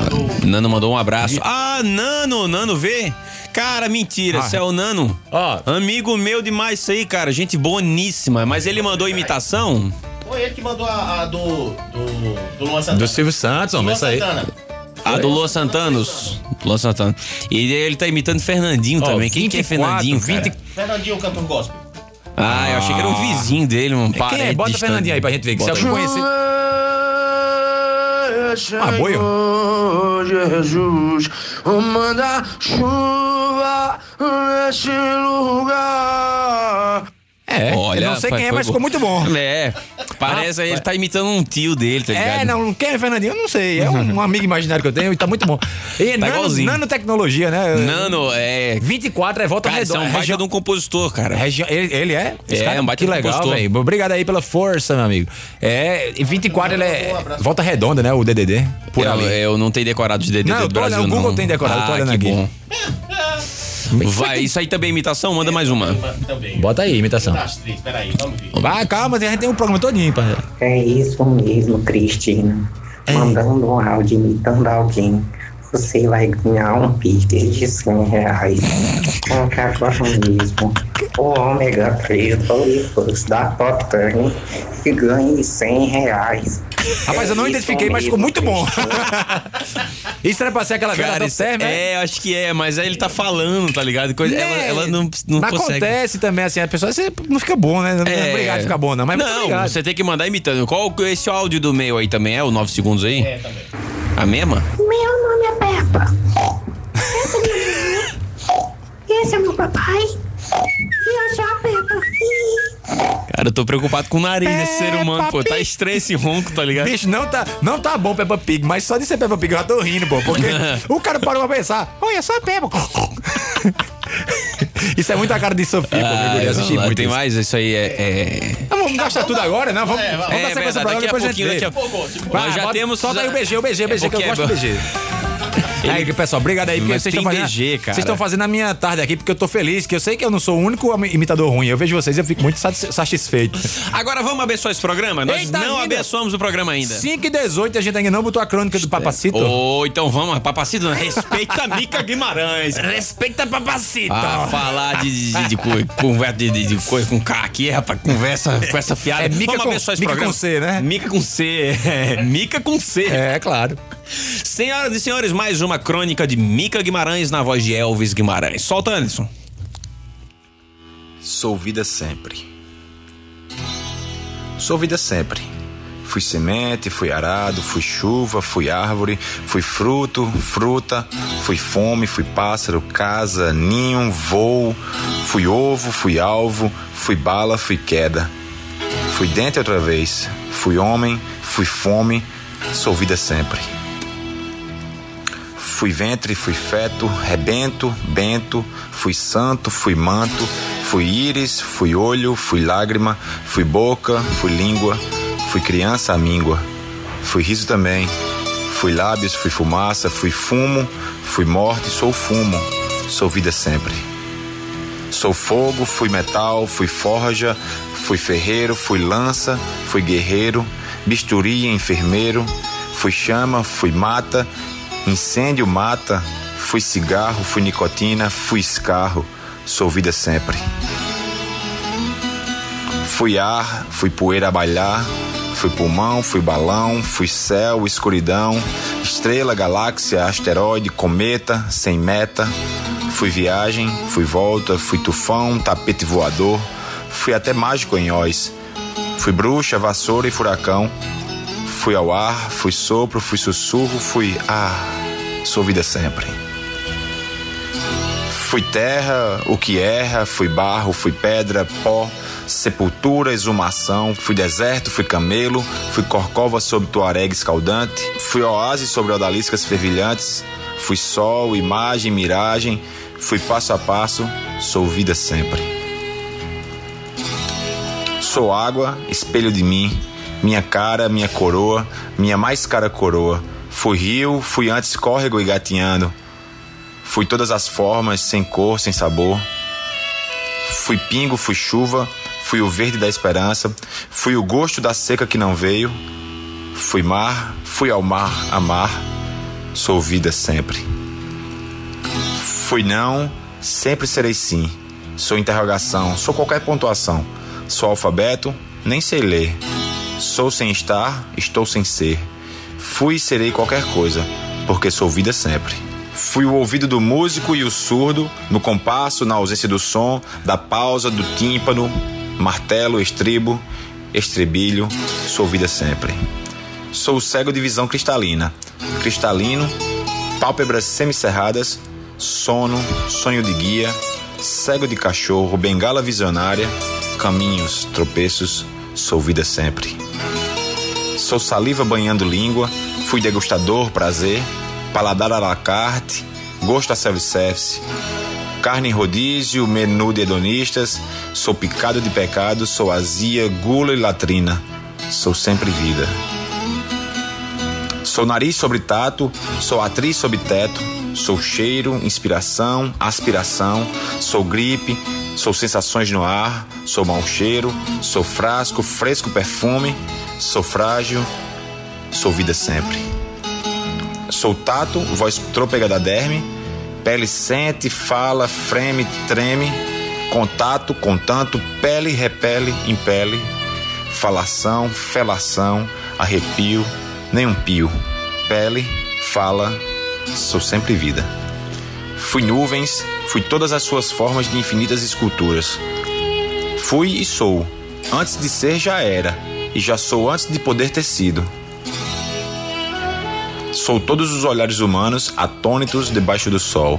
Speaker 3: Nano mandou um abraço. Ah, Nano, Nano vê? Cara, mentira, isso é o Nano.
Speaker 4: Ah. Ó.
Speaker 3: Amigo meu demais isso aí, cara. Gente boníssima. Mas ele mandou imitação?
Speaker 7: Foi ele que mandou a, a do, do. Do Luan Santana.
Speaker 4: Do Silvio Santos,
Speaker 7: Luan
Speaker 4: homem, essa aí.
Speaker 7: Santana.
Speaker 3: A
Speaker 4: É.
Speaker 3: do Luan Santanos. Luan Santana. E ele tá imitando Fernandinho
Speaker 4: Ó,
Speaker 3: também. Quem que é
Speaker 4: 24,
Speaker 3: Fernandinho?
Speaker 4: cara.
Speaker 3: 20...
Speaker 7: Fernandinho, cantor gospel.
Speaker 3: Ah, eu achei que era um vizinho dele, um parente.
Speaker 4: Quem é? Bota o
Speaker 3: distante.
Speaker 4: Fernandinho aí pra gente ver. que é Se
Speaker 3: Bota
Speaker 4: alguém
Speaker 3: aí.
Speaker 4: conhecer.
Speaker 9: Ah,
Speaker 4: boi,
Speaker 9: Jesus, manda chuva neste lugar.
Speaker 4: É,
Speaker 3: Olha,
Speaker 4: eu não sei
Speaker 3: rapaz,
Speaker 4: quem é,
Speaker 3: foi
Speaker 4: mas ficou muito bom.
Speaker 3: É. Parece aí, ele tá imitando um tio dele, tá ligado?
Speaker 4: É, não, quem é Fernandinho? Eu não sei. É um, um amigo imaginário que eu tenho e tá muito bom. E nano,
Speaker 3: igualzinho.
Speaker 4: nanotecnologia, né?
Speaker 3: Nano, é.
Speaker 4: 24 é volta
Speaker 3: Cara, isso é
Speaker 4: redonda.
Speaker 3: um baita
Speaker 4: região-
Speaker 3: de um compositor, cara.
Speaker 4: região- ele, ele é? Esse
Speaker 3: É, um baita
Speaker 4: que legal,
Speaker 3: compositor.
Speaker 4: velho. Obrigado aí pela força, meu amigo. É, e 24 ele é volta redonda, né? O DDD. Por
Speaker 3: eu,
Speaker 4: ali.
Speaker 3: eu não tenho decorado de DDD
Speaker 4: Não, eu
Speaker 3: do
Speaker 4: tô olhando,
Speaker 3: Brasil,
Speaker 4: o Google
Speaker 3: não.
Speaker 4: tem decorado, eu tô
Speaker 3: ah,
Speaker 4: olhando
Speaker 3: que
Speaker 4: aqui.
Speaker 3: bom. Vai, isso aí também é imitação? Manda mais uma.
Speaker 7: Também.
Speaker 4: Bota aí, imitação.
Speaker 7: Das três, peraí, vamos ver.
Speaker 4: Ah, calma, a gente tem um programa todinho, parceiro.
Speaker 11: É isso mesmo, Cristina.
Speaker 4: É.
Speaker 11: Mandando um áudio imitando alguém. Você vai ganhar um pix de 100 reais. Compre agora mesmo o ômega 3 Doliflux da Totane e ganhe 100 reais. É
Speaker 4: Rapaz, eu não
Speaker 11: isso
Speaker 4: identifiquei, mas ficou
Speaker 11: mesmo,
Speaker 4: muito bom. Isso era pra ser aquela cara
Speaker 3: Cara,
Speaker 4: do
Speaker 3: isso,
Speaker 4: Terme, né?
Speaker 3: é, acho que é, mas aí ele tá falando, tá ligado? Coisa-
Speaker 4: Né?
Speaker 3: Ela, ela não, não
Speaker 4: mas
Speaker 3: consegue.
Speaker 4: acontece também, assim, a pessoa você não fica bom, né? Não,
Speaker 3: É.
Speaker 4: obrigado, fica bom, não. Mas muito
Speaker 3: não,
Speaker 4: obrigado.
Speaker 3: você tem que mandar imitando. Qual que é esse áudio do meio aí também? É o 9 segundos aí? É, também. A mesma?
Speaker 12: Meu nome é Peppa. Essa é minha mãe. E esse é meu papai. E eu sou a Peppa.
Speaker 3: Cara, eu tô preocupado com o nariz desse ser humano, pô. Tá
Speaker 4: É, papi.
Speaker 3: estranho esse ronco, tá ligado?
Speaker 4: Bicho, não tá, não tá bom Peppa Pig, mas só de ser Peppa Pig eu já tô rindo, pô. Porque o cara parou pra pensar, olha só a Peppa. Isso é muito a cara de Sofia, pô, meu
Speaker 3: Ah,
Speaker 4: guri, eu assisti
Speaker 3: vamos lá,
Speaker 4: muito.
Speaker 3: Ah, tem
Speaker 4: isso.
Speaker 3: mais? Isso aí é. é-
Speaker 4: Não, vamos gastar tudo agora, não? Vamos,
Speaker 3: É,
Speaker 4: vamos
Speaker 3: vamos.
Speaker 4: dar
Speaker 3: É
Speaker 4: sequência
Speaker 3: verdade,
Speaker 4: pro
Speaker 3: daqui
Speaker 4: programa
Speaker 3: a
Speaker 4: depois
Speaker 3: pouquinho,
Speaker 4: gente vê.
Speaker 3: daqui a pouco. Se for.
Speaker 4: Vai,
Speaker 3: Nós já
Speaker 4: bota-
Speaker 3: temos-
Speaker 4: Solta aí o BG, o BG, o
Speaker 3: É
Speaker 4: BG, que eu
Speaker 3: porque é
Speaker 4: gosto do
Speaker 3: bom.
Speaker 4: BG. Aí, pessoal, obrigado aí, porque
Speaker 3: Mas
Speaker 4: vocês estão
Speaker 3: tem
Speaker 4: fazendo.
Speaker 3: BG, cara.
Speaker 4: Vocês estão fazendo a minha tarde aqui, porque eu tô feliz, que eu sei que eu não sou o único imitador ruim. Eu vejo vocês e eu fico muito satis- satisfeito.
Speaker 3: Agora vamos abençoar esse programa? Nós
Speaker 4: Eita,
Speaker 3: não
Speaker 4: linda.
Speaker 3: abençoamos o programa ainda.
Speaker 4: 5 e 18, a gente ainda não botou a crônica do Papacito.
Speaker 3: Ô, então vamos, Papacito, respeita a Mica Guimarães.
Speaker 13: Respeita papacito.
Speaker 3: Ah, falar de, de, de, de co- conversa de, de, de coisa com K aqui, rapaz, conversa com essa fiada.
Speaker 4: É Mica
Speaker 3: Vamos
Speaker 4: com-
Speaker 3: abençoar esse
Speaker 4: Mica
Speaker 3: programa.
Speaker 4: com C, né?
Speaker 3: Mica com C, é, Mica com C.
Speaker 4: É, claro.
Speaker 3: Senhoras e senhores, mais uma crônica de Mica Guimarães na voz de Elvis Guimarães. Solta, Anderson.
Speaker 14: Sou vida sempre. Sou vida sempre. Fui semente, fui arado, fui chuva, fui árvore, fui fruto, fruta, fui fome, fui pássaro, casa, ninho, voo, fui ovo, fui alvo, fui bala, fui queda. Fui dente outra vez, fui homem, fui fome, sou vida sempre. Fui ventre, fui feto, rebento, bento, fui santo, fui manto, fui íris, fui olho, fui lágrima, fui boca, fui língua, fui criança amíngua, fui riso também, fui lábios, fui fumaça, fui fumo, fui morte, sou fumo, sou vida sempre. Sou fogo, fui metal, fui forja, fui ferreiro, fui lança, fui guerreiro, bisturi, enfermeiro, fui chama, fui mata, incêndio, mata, fui cigarro, fui nicotina, fui escarro, sou vida sempre. Fui ar, fui poeira a bailar, fui pulmão, fui balão, fui céu, escuridão, estrela, galáxia, asteroide, cometa, sem meta. Fui viagem, fui volta, fui tufão, tapete voador, fui até mágico em Oz. Fui bruxa, vassoura e furacão. Fui ao ar, fui sopro, fui sussurro, fui ah, sou vida sempre. Fui terra, o que erra, fui barro, fui pedra, pó, sepultura, exumação, fui deserto, fui camelo, fui corcova sob tuareg escaldante, fui oásis sobre odaliscas fervilhantes, fui sol, imagem, miragem, fui passo a passo, sou vida sempre. Sou água, espelho de mim, minha cara, minha coroa, minha mais cara coroa. Fui rio, fui antes córrego e gatinhando. Fui todas as formas, sem cor, sem sabor. Fui pingo, fui chuva, fui o verde da esperança, fui o gosto da seca que não veio. Fui mar, fui ao mar, amar, sou vida sempre. Fui não, sempre serei sim. Sou interrogação, sou qualquer pontuação. Sou alfabeto, nem sei ler. Sou sem estar, estou sem ser. Fui e serei qualquer coisa, porque sou vida sempre. Fui o ouvido do músico e o surdo, no compasso, na ausência do som, da pausa, do tímpano, martelo, estribo, estribilho, sou vida sempre. Sou cego de visão cristalina, cristalino, pálpebras semicerradas, sono, sonho de guia, cego de cachorro, bengala visionária, caminhos, tropeços, sou vida sempre. Sou saliva banhando língua, fui degustador, prazer, paladar à la carte, gosto a self-service, carne em rodízio, menu de hedonistas, sou picado de pecado, sou azia, gula e latrina, sou sempre vida. Sou nariz sobre tato, sou atriz sobre teto, sou cheiro, inspiração, aspiração, sou gripe, sou sensações no ar, sou mau cheiro, sou frasco, fresco perfume, sou frágil, sou vida sempre. Sou tato, voz trôpega da derme, pele sente, fala, freme, treme, contato, contanto, pele, repele, impele, falação, felação, arrepio, nenhum pio, pele, fala, sou sempre vida. Fui nuvens, fui todas as suas formas de infinitas esculturas. Fui e sou, antes de ser já era, e já sou antes de poder ter sido. Sou todos os olhares humanos atônitos debaixo do sol.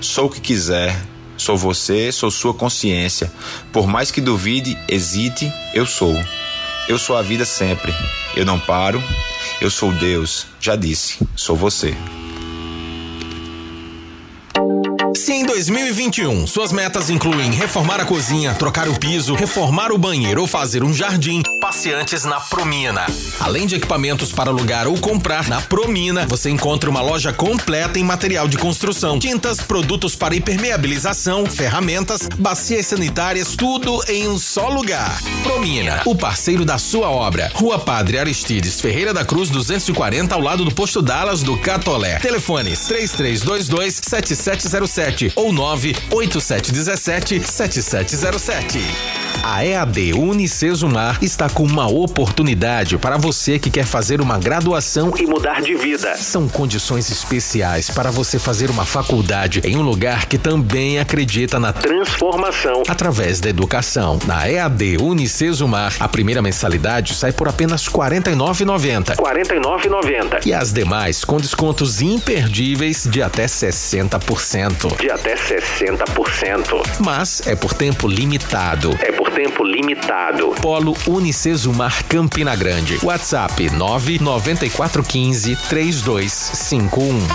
Speaker 14: Sou o que quiser, sou você, sou sua consciência. Por mais que duvide, hesite, eu sou. Eu sou a vida sempre. Eu não paro. Eu sou Deus. Já disse, sou você.
Speaker 5: Se em 2021. Suas metas incluem reformar a cozinha, trocar o piso, reformar o banheiro ou fazer um jardim. Passeantes na Promina. Além de equipamentos para alugar ou comprar, na Promina você encontra uma loja completa em material de construção, tintas, produtos para impermeabilização, ferramentas, bacias sanitárias, tudo em um só lugar. Promina, o parceiro da sua obra. Rua Padre Aristides Ferreira da Cruz 240, ao lado do posto Dallas do Catolé. Telefones 3322 7707 ou 98717 7707. A EAD Unicesumar está com uma oportunidade para você que quer fazer uma graduação e mudar de vida. São condições especiais para você fazer uma faculdade em um lugar que também acredita na transformação através da educação. Na EAD Unicesumar, a primeira mensalidade sai por apenas R$ 49,90.
Speaker 6: 49,90.
Speaker 5: E as demais com descontos imperdíveis de até 60%.
Speaker 6: De até 60%.
Speaker 5: Mas é por tempo limitado.
Speaker 6: É por tempo limitado.
Speaker 5: Polo Unicesumar Campina Grande. WhatsApp 99415 3251.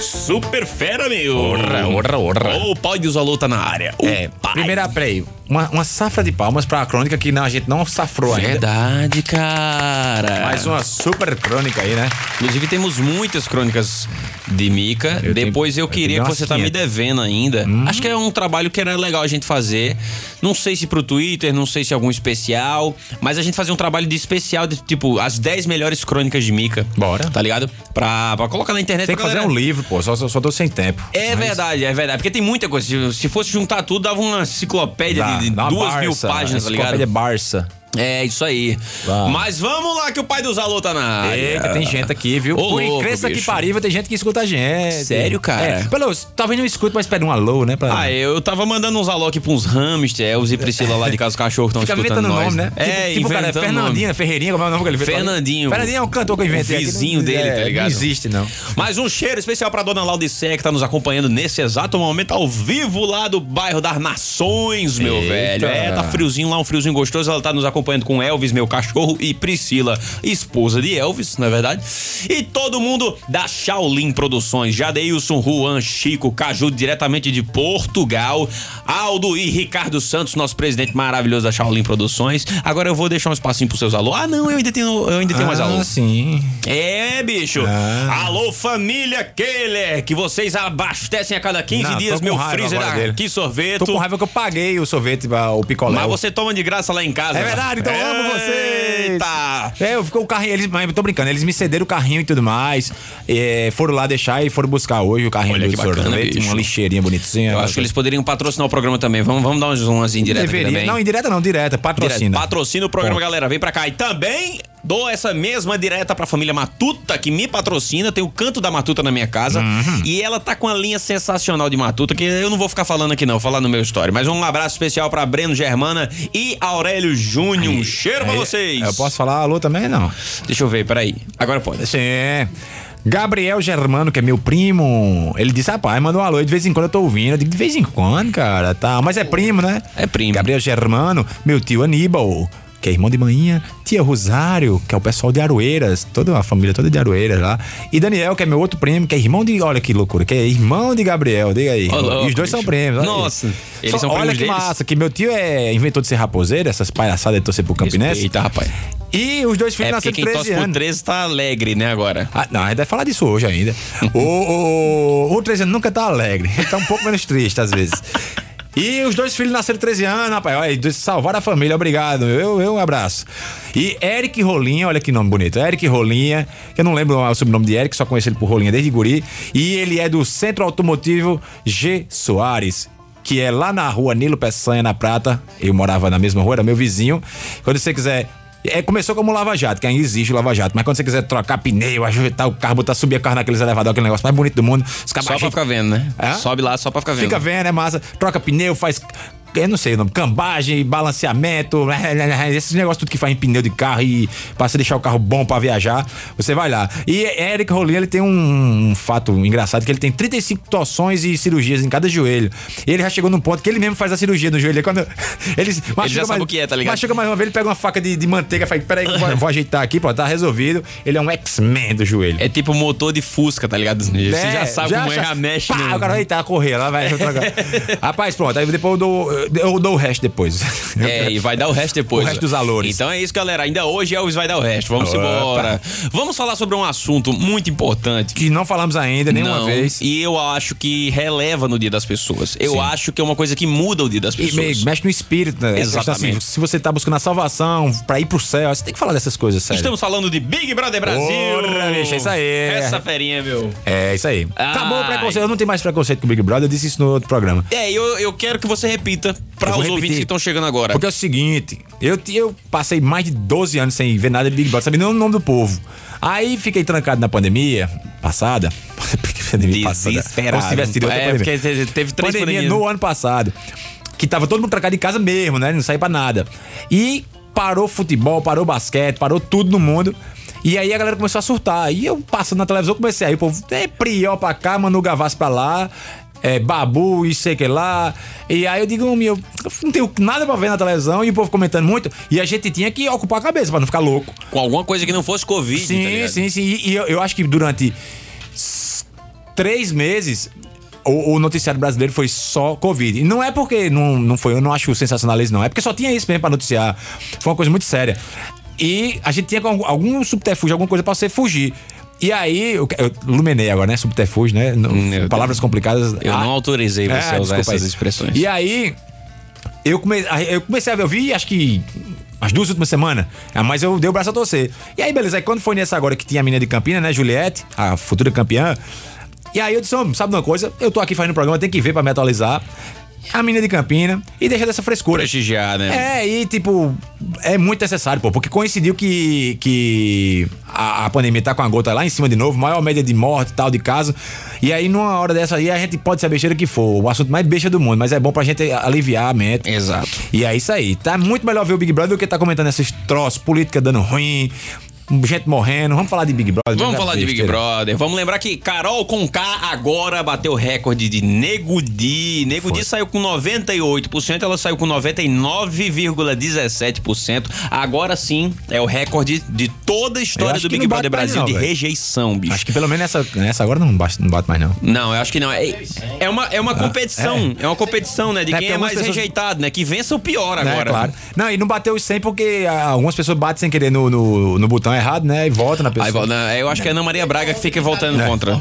Speaker 3: Super fera, meu.
Speaker 4: Orra, orra, orra.
Speaker 3: O pau de Zolu tá na área. O
Speaker 4: É, primeira, peraí, uma, uma safra de palmas pra crônica que não, a gente não safrou
Speaker 3: Verdade, cara.
Speaker 4: Mais uma super crônica aí, né?
Speaker 3: Inclusive, temos muitas crônicas de Mica. Depois eu queria
Speaker 4: tenho
Speaker 3: que
Speaker 4: umas
Speaker 3: você tá me
Speaker 4: 500.
Speaker 3: devendo ainda.
Speaker 4: Hum.
Speaker 3: Acho que é um trabalho que era legal a gente fazer. Não sei se pro Twitter, não sei se algum especial. Mas a gente fazer um trabalho de especial, de, tipo, as 10 melhores crônicas de Mica. Bora. Tá ligado? Pra, pra colocar na internet.
Speaker 4: Tem que
Speaker 3: pra
Speaker 4: fazer
Speaker 3: galera-
Speaker 4: um livro, pô. Só, só, só tô sem tempo.
Speaker 3: É verdade, é verdade. Porque tem muita coisa. Se- Se fosse juntar tudo, dava uma enciclopédia
Speaker 4: Dá-
Speaker 3: de, de
Speaker 4: dá uma
Speaker 3: duas mil
Speaker 4: Barça,
Speaker 3: páginas, tá ligado?
Speaker 4: enciclopédia Barça.
Speaker 3: É, isso aí.
Speaker 4: Vá.
Speaker 3: Mas vamos lá que o pai do Zalô tá na área.
Speaker 4: Eita, tem gente aqui, viu?
Speaker 3: Ô,
Speaker 4: Por
Speaker 3: louco,
Speaker 4: crença que
Speaker 3: bicho.
Speaker 4: pariva, tem gente que escuta a gente.
Speaker 3: Sério, cara?
Speaker 4: É, pelo, talvez não escute, mas pede um alô, né? Pra...
Speaker 3: Ah, eu tava mandando uns alô aqui pra uns hamster, Elvis e Priscila lá de casa, os cachorros estão
Speaker 4: Fica
Speaker 3: escutando
Speaker 4: inventando
Speaker 3: nós.
Speaker 4: nome, né?
Speaker 3: É,
Speaker 4: tipo, tipo o cara, é
Speaker 3: inventando
Speaker 4: Fernandinha,
Speaker 3: nome.
Speaker 4: Ferreirinha, como é o nome que ele fez?
Speaker 3: Fernandinho.
Speaker 4: Fernandinho é um cantor que eu inventei.
Speaker 3: O
Speaker 4: aqui,
Speaker 3: vizinho
Speaker 4: não-
Speaker 3: dele,
Speaker 4: é,
Speaker 3: tá ligado?
Speaker 4: Não existe, não.
Speaker 3: Mas um cheiro especial pra dona Laudicé, que tá nos acompanhando nesse exato momento, ao vivo lá do bairro das Nações, meu
Speaker 4: Eita.
Speaker 3: velho. É, tá friozinho lá, um friozinho gostoso. Ela tá nos acompanhando com Elvis, meu cachorro, e Priscila, esposa de Elvis, não é verdade? E todo mundo da Shaolin Produções. Jadeilson, Juan, Chico, Caju, diretamente de Portugal. Aldo e Ricardo Santos, nosso presidente maravilhoso da Shaolin Produções. Agora eu vou deixar um espacinho pros seus alunos. Ah, não, eu ainda tenho, eu ainda tenho mais
Speaker 4: Ah,
Speaker 3: alunos.
Speaker 4: sim.
Speaker 3: É, bicho.
Speaker 4: Ah.
Speaker 3: Alô, família Keller, que vocês abastecem a cada 15
Speaker 4: Não,
Speaker 3: dias
Speaker 4: tô com
Speaker 3: meu
Speaker 4: raiva
Speaker 3: freezer
Speaker 4: agora dele.
Speaker 3: aqui sorvete.
Speaker 4: Tô com raiva que eu paguei o sorvete, pra- o picolé.
Speaker 3: Mas você toma de graça lá em casa.
Speaker 4: É verdade, então eu amo vocês.
Speaker 3: Eita.
Speaker 4: É, eu ficou o carrinho, eles, mas eu tô brincando, eles me cederam o carrinho e tudo mais. É, foram lá deixar e foram buscar hoje o carrinho
Speaker 3: Olha
Speaker 4: do
Speaker 3: que bacana,
Speaker 4: sorvete,
Speaker 3: bicho.
Speaker 4: uma lixeirinha bonitinha.
Speaker 3: Eu acho que eles poderiam patrocinar o programa também. Vamos, vamos dar umas, umas indiretas aqui
Speaker 4: deveriam.
Speaker 3: também.
Speaker 4: Não, indireta não, direta,
Speaker 3: Direto.
Speaker 4: patrocina.
Speaker 3: Patrocina o programa,
Speaker 4: Ponto.
Speaker 3: galera. Vem pra cá. E também dou essa mesma direta pra família Matuta, que me patrocina. Tem o canto da Matuta na minha casa. E ela tá com a linha sensacional de Matuta, que eu não vou ficar falando aqui, não. Vou falar no meu story. Mas um abraço especial pra Breno Germana e Aurélio Júnior. Um cheiro pra
Speaker 4: Aí,
Speaker 3: vocês.
Speaker 4: É, Eu posso falar alô também? Não.
Speaker 3: Deixa eu ver, peraí. Agora pode.
Speaker 4: Sim. Gabriel Germano, que é meu primo, ele disse: rapaz, manda um alô, e de vez em quando eu tô ouvindo. Eu digo, de vez em quando, cara, tá. Mas é primo, né?
Speaker 3: É primo.
Speaker 4: Gabriel Germano, meu tio Aníbal, que é irmão de manhã, tia Rosário, que é o pessoal de Aroeiras, toda a família toda de Aroeiras lá. E Daniel, que é meu outro primo, que é irmão de. Olha que loucura, que é irmão de Gabriel, diga aí.
Speaker 3: Ô, louco,
Speaker 4: e os dois são
Speaker 3: bicho.
Speaker 4: primos, olha aí.
Speaker 3: Nossa, eles são
Speaker 4: Olha
Speaker 3: primos
Speaker 4: que
Speaker 3: deles?
Speaker 4: massa, que meu tio é inventor de ser raposeiro, essas palhaçadas de torcer pro Campinense.
Speaker 3: Eita, rapaz.
Speaker 4: E os dois filhos
Speaker 3: É porque quem
Speaker 4: nasceram 13
Speaker 3: torce por
Speaker 4: anos.
Speaker 3: 13 tá alegre, né, agora.
Speaker 4: Ah, não, a gente vai falar disso hoje ainda. o, o, o 13 anos nunca tá alegre. Ele tá um pouco menos triste, às vezes. E os dois filhos nasceram 13 anos, rapaz. Olha, eles salvaram a família, obrigado. Eu, eu um abraço. E Eric Rolinha, olha que nome bonito. Eric Rolinha, que eu não lembro o sobrenome de Eric, só conheci ele por Rolinha desde guri. E ele é do Centro Automotivo G Soares que é lá na rua Nilo Peçanha, na Prata. Eu morava na mesma rua, era meu vizinho. Quando você quiser. É, começou como Lava Jato, que ainda existe o Lava Jato, mas quando você quiser trocar pneu, ajeitar o carro, botar subir a carro naqueles elevadores, aquele negócio mais
Speaker 3: Tá
Speaker 4: bonito do mundo, os
Speaker 3: Só pra ficar vendo, né?
Speaker 4: Hã?
Speaker 3: Sobe lá só pra ficar vendo.
Speaker 4: Fica vendo, é massa. Troca pneu, faz Eu não sei o nome. Cambagem, balanceamento, esses negócios tudo que faz em pneu de carro e pra você deixar o carro bom pra viajar, você vai lá. E Eric Rolim, ele tem um fato engraçado, que ele tem 35 torções e cirurgias em cada joelho. E ele já chegou num ponto que ele mesmo faz a cirurgia no joelho. Aí Quando ele machuca
Speaker 3: já sabe
Speaker 4: mais-
Speaker 3: o que é, tá ligado?
Speaker 4: Machuca mais uma vez, ele pega uma faca de, de manteiga e fala, peraí, que eu vou, vou ajeitar aqui, pô, tá resolvido. Ele é um X-Men do joelho.
Speaker 3: É tipo motor de Fusca, tá ligado? Você
Speaker 4: É,
Speaker 3: já sabe como é,
Speaker 4: acha-
Speaker 3: já mexe.
Speaker 4: Pá,
Speaker 3: no-
Speaker 4: o cara vai tá correr lá, vai. Rapaz, pronto, aí depois eu dou, eu dou o resto depois.
Speaker 3: É, e vai dar o resto depois.
Speaker 4: O resto dos valores.
Speaker 3: Então é isso, galera. Ainda hoje Elvis vai dar o resto. Vamos
Speaker 4: Opa.
Speaker 3: embora. Vamos falar sobre um assunto muito importante.
Speaker 4: Que não falamos ainda nenhuma vez.
Speaker 3: E eu acho que releva no dia das pessoas. Eu
Speaker 4: Sim.
Speaker 3: acho que é uma coisa que muda o dia das
Speaker 4: E me-
Speaker 3: pessoas.
Speaker 4: mexe no espírito, né?
Speaker 3: Exatamente.
Speaker 4: Essa questão, assim, se você tá buscando a salvação pra ir pro céu, você tem que falar dessas coisas, sério.
Speaker 3: Estamos falando de Big Brother Brasil.
Speaker 4: Porra, bicho, é isso aí.
Speaker 3: Essa ferinha, meu.
Speaker 4: É, isso aí.
Speaker 3: Ai.
Speaker 4: Acabou o preconceito. Eu não tenho mais preconceito com o Big Brother, eu disse isso no outro programa.
Speaker 3: É, eu, eu quero que você repita pra
Speaker 4: Eu
Speaker 3: os ouvintes
Speaker 4: vou repetir.
Speaker 3: que estão chegando agora.
Speaker 4: Porque é o seguinte, eu, te- eu passei mais de 12 anos sem ver nada de Big Brother, sabia nem o nome do povo. Aí fiquei trancado na pandemia passada. pandemia passada.
Speaker 3: Desesperado.
Speaker 4: Como se tivesse tido outra
Speaker 3: É,
Speaker 4: pandemia.
Speaker 3: porque teve três
Speaker 4: pandemia
Speaker 3: pandemias.
Speaker 4: no ano passado. Que tava todo mundo trancado em casa mesmo, né? Não saía pra nada. E parou futebol, parou basquete, parou tudo no mundo. E aí a galera começou a surtar. E eu passando na televisão comecei aí, o povo, é Priol pra cá, Manu Gavassi pra lá, é, Babu e sei que lá. E aí eu digo, "Hum, eu não tenho nada pra ver na televisão e o povo comentando muito. E a gente tinha que ocupar a cabeça pra não ficar louco.
Speaker 3: Com alguma coisa que não fosse Covid, tá
Speaker 4: Sim,
Speaker 3: ligado?
Speaker 4: sim, sim. E, e eu, eu acho que durante s- três meses. O, o noticiário brasileiro foi só Covid. E não é porque não, não foi, eu não acho sensacionalismo, não. É porque só tinha isso mesmo pra noticiar. Foi uma coisa muito séria. E a gente tinha algum, algum subterfúgio, alguma coisa pra você fugir. E aí, eu, eu luminei agora, né? Subterfúgio, né? No- palavras complicadas.
Speaker 3: Hum, Eu não autorizei você
Speaker 4: É,
Speaker 3: a usar
Speaker 4: desculpa
Speaker 3: essas
Speaker 4: aí.
Speaker 3: expressões.
Speaker 4: E aí, eu, come, aí eu comecei a ver, eu vi acho que as duas últimas semanas, ah, mas eu dei o braço a torcer. E aí, beleza, aí quando foi nessa agora que tinha a menina de Campina, né, Juliette, a futura campeã. E aí eu disse, "Ô, sabe de uma coisa? Eu tô aqui fazendo um programa, tem que ver pra me atualizar. A menina de Campina e deixa dessa frescura.
Speaker 3: Prestigiar, né?
Speaker 4: É, e tipo, é muito necessário, pô, porque coincidiu que, que a, a pandemia tá com a gota lá em cima de novo, maior média de morte e tal, de caso. E aí, numa hora dessa aí, a gente pode ser a besteira que for, o assunto mais besta do mundo, mas é bom pra gente aliviar a mente.
Speaker 3: Exato.
Speaker 4: E é isso aí. Tá muito melhor ver o Big Brother do que tá comentando esses troços, política dando ruim, gente morrendo. Vamos falar de Big Brother.
Speaker 3: Vamos
Speaker 4: né?
Speaker 3: falar de Big
Speaker 4: Besteira.
Speaker 3: Brother. Vamos lembrar que Carol Conká agora bateu o recorde de Nego Di. Nego Di saiu com 98%, ela saiu com 99,17%. Agora sim é o recorde de toda a
Speaker 4: Eu
Speaker 3: história
Speaker 4: acho
Speaker 3: do
Speaker 4: que
Speaker 3: Big
Speaker 4: não
Speaker 3: Brother
Speaker 4: bate mais
Speaker 3: Brasil
Speaker 4: não,
Speaker 3: de
Speaker 4: velho.
Speaker 3: rejeição, bicho.
Speaker 4: Acho que pelo menos nessa, nessa agora não bate, não bate mais, não.
Speaker 3: Não, eu acho que não. É, é uma, é uma competição. É. uma competição, né? De
Speaker 4: Ah, É,
Speaker 3: quem
Speaker 4: porque
Speaker 3: é mais
Speaker 4: algumas pessoas-
Speaker 3: rejeitado, né? Que vença o pior
Speaker 4: Né,
Speaker 3: agora.
Speaker 4: claro. Não, e não bateu os 100 porque ah, algumas pessoas batem sem querer no, no, no botão errado, né? E volta na pessoa.
Speaker 3: Aí, volta- eu acho que é a Ana Maria Braga que fica voltando
Speaker 4: É.
Speaker 3: contra.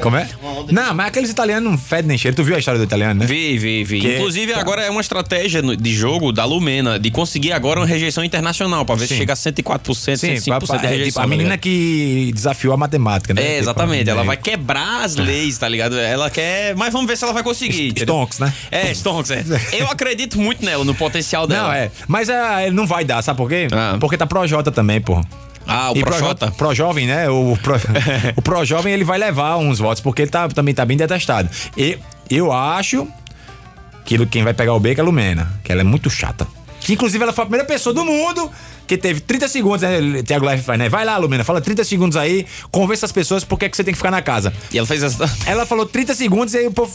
Speaker 4: Como é? Não, mas aqueles italianos não fedem nem cheiro. Tu viu a história do italiano, né?
Speaker 3: Vi, vi, vi.
Speaker 4: Que-
Speaker 3: Inclusive, agora é uma estratégia no- de jogo da Lumena de conseguir agora uma rejeição internacional, pra ver se
Speaker 4: Sim.
Speaker 3: chega a 104%,
Speaker 4: Sim,
Speaker 3: 105% de
Speaker 4: é,
Speaker 3: rejeição.
Speaker 4: tipo, a
Speaker 3: tá
Speaker 4: menina
Speaker 3: ligado?
Speaker 4: que desafiou a matemática, né?
Speaker 3: É,
Speaker 4: Tipo,
Speaker 3: exatamente. Ela
Speaker 4: né?
Speaker 3: vai quebrar as leis, tá ligado? Ela quer. Mas vamos ver se ela vai conseguir. entendeu?
Speaker 4: Stonks, né?
Speaker 3: É, Stonks, é. Eu acredito muito nela, no potencial dela.
Speaker 4: Não, é. Mas ah, ele não vai dar, sabe por quê? Porque tá Projota também, porra.
Speaker 3: Ah, o
Speaker 4: E
Speaker 3: Projota?
Speaker 4: Pro jovem, né? O pro, o pro jovem ele vai levar uns votos porque ele tá, também tá bem detestado. E eu acho que quem vai pegar o beco é a Lumena, que ela é muito chata. Que, inclusive ela foi a primeira pessoa do mundo que teve 30 segundos, né? Tiago Life faz, né? Vai lá, Lumena, fala 30 segundos aí, convença as pessoas por que é que você tem que ficar na casa.
Speaker 3: E ela fez essa.
Speaker 4: Ela falou 30 segundos e aí o povo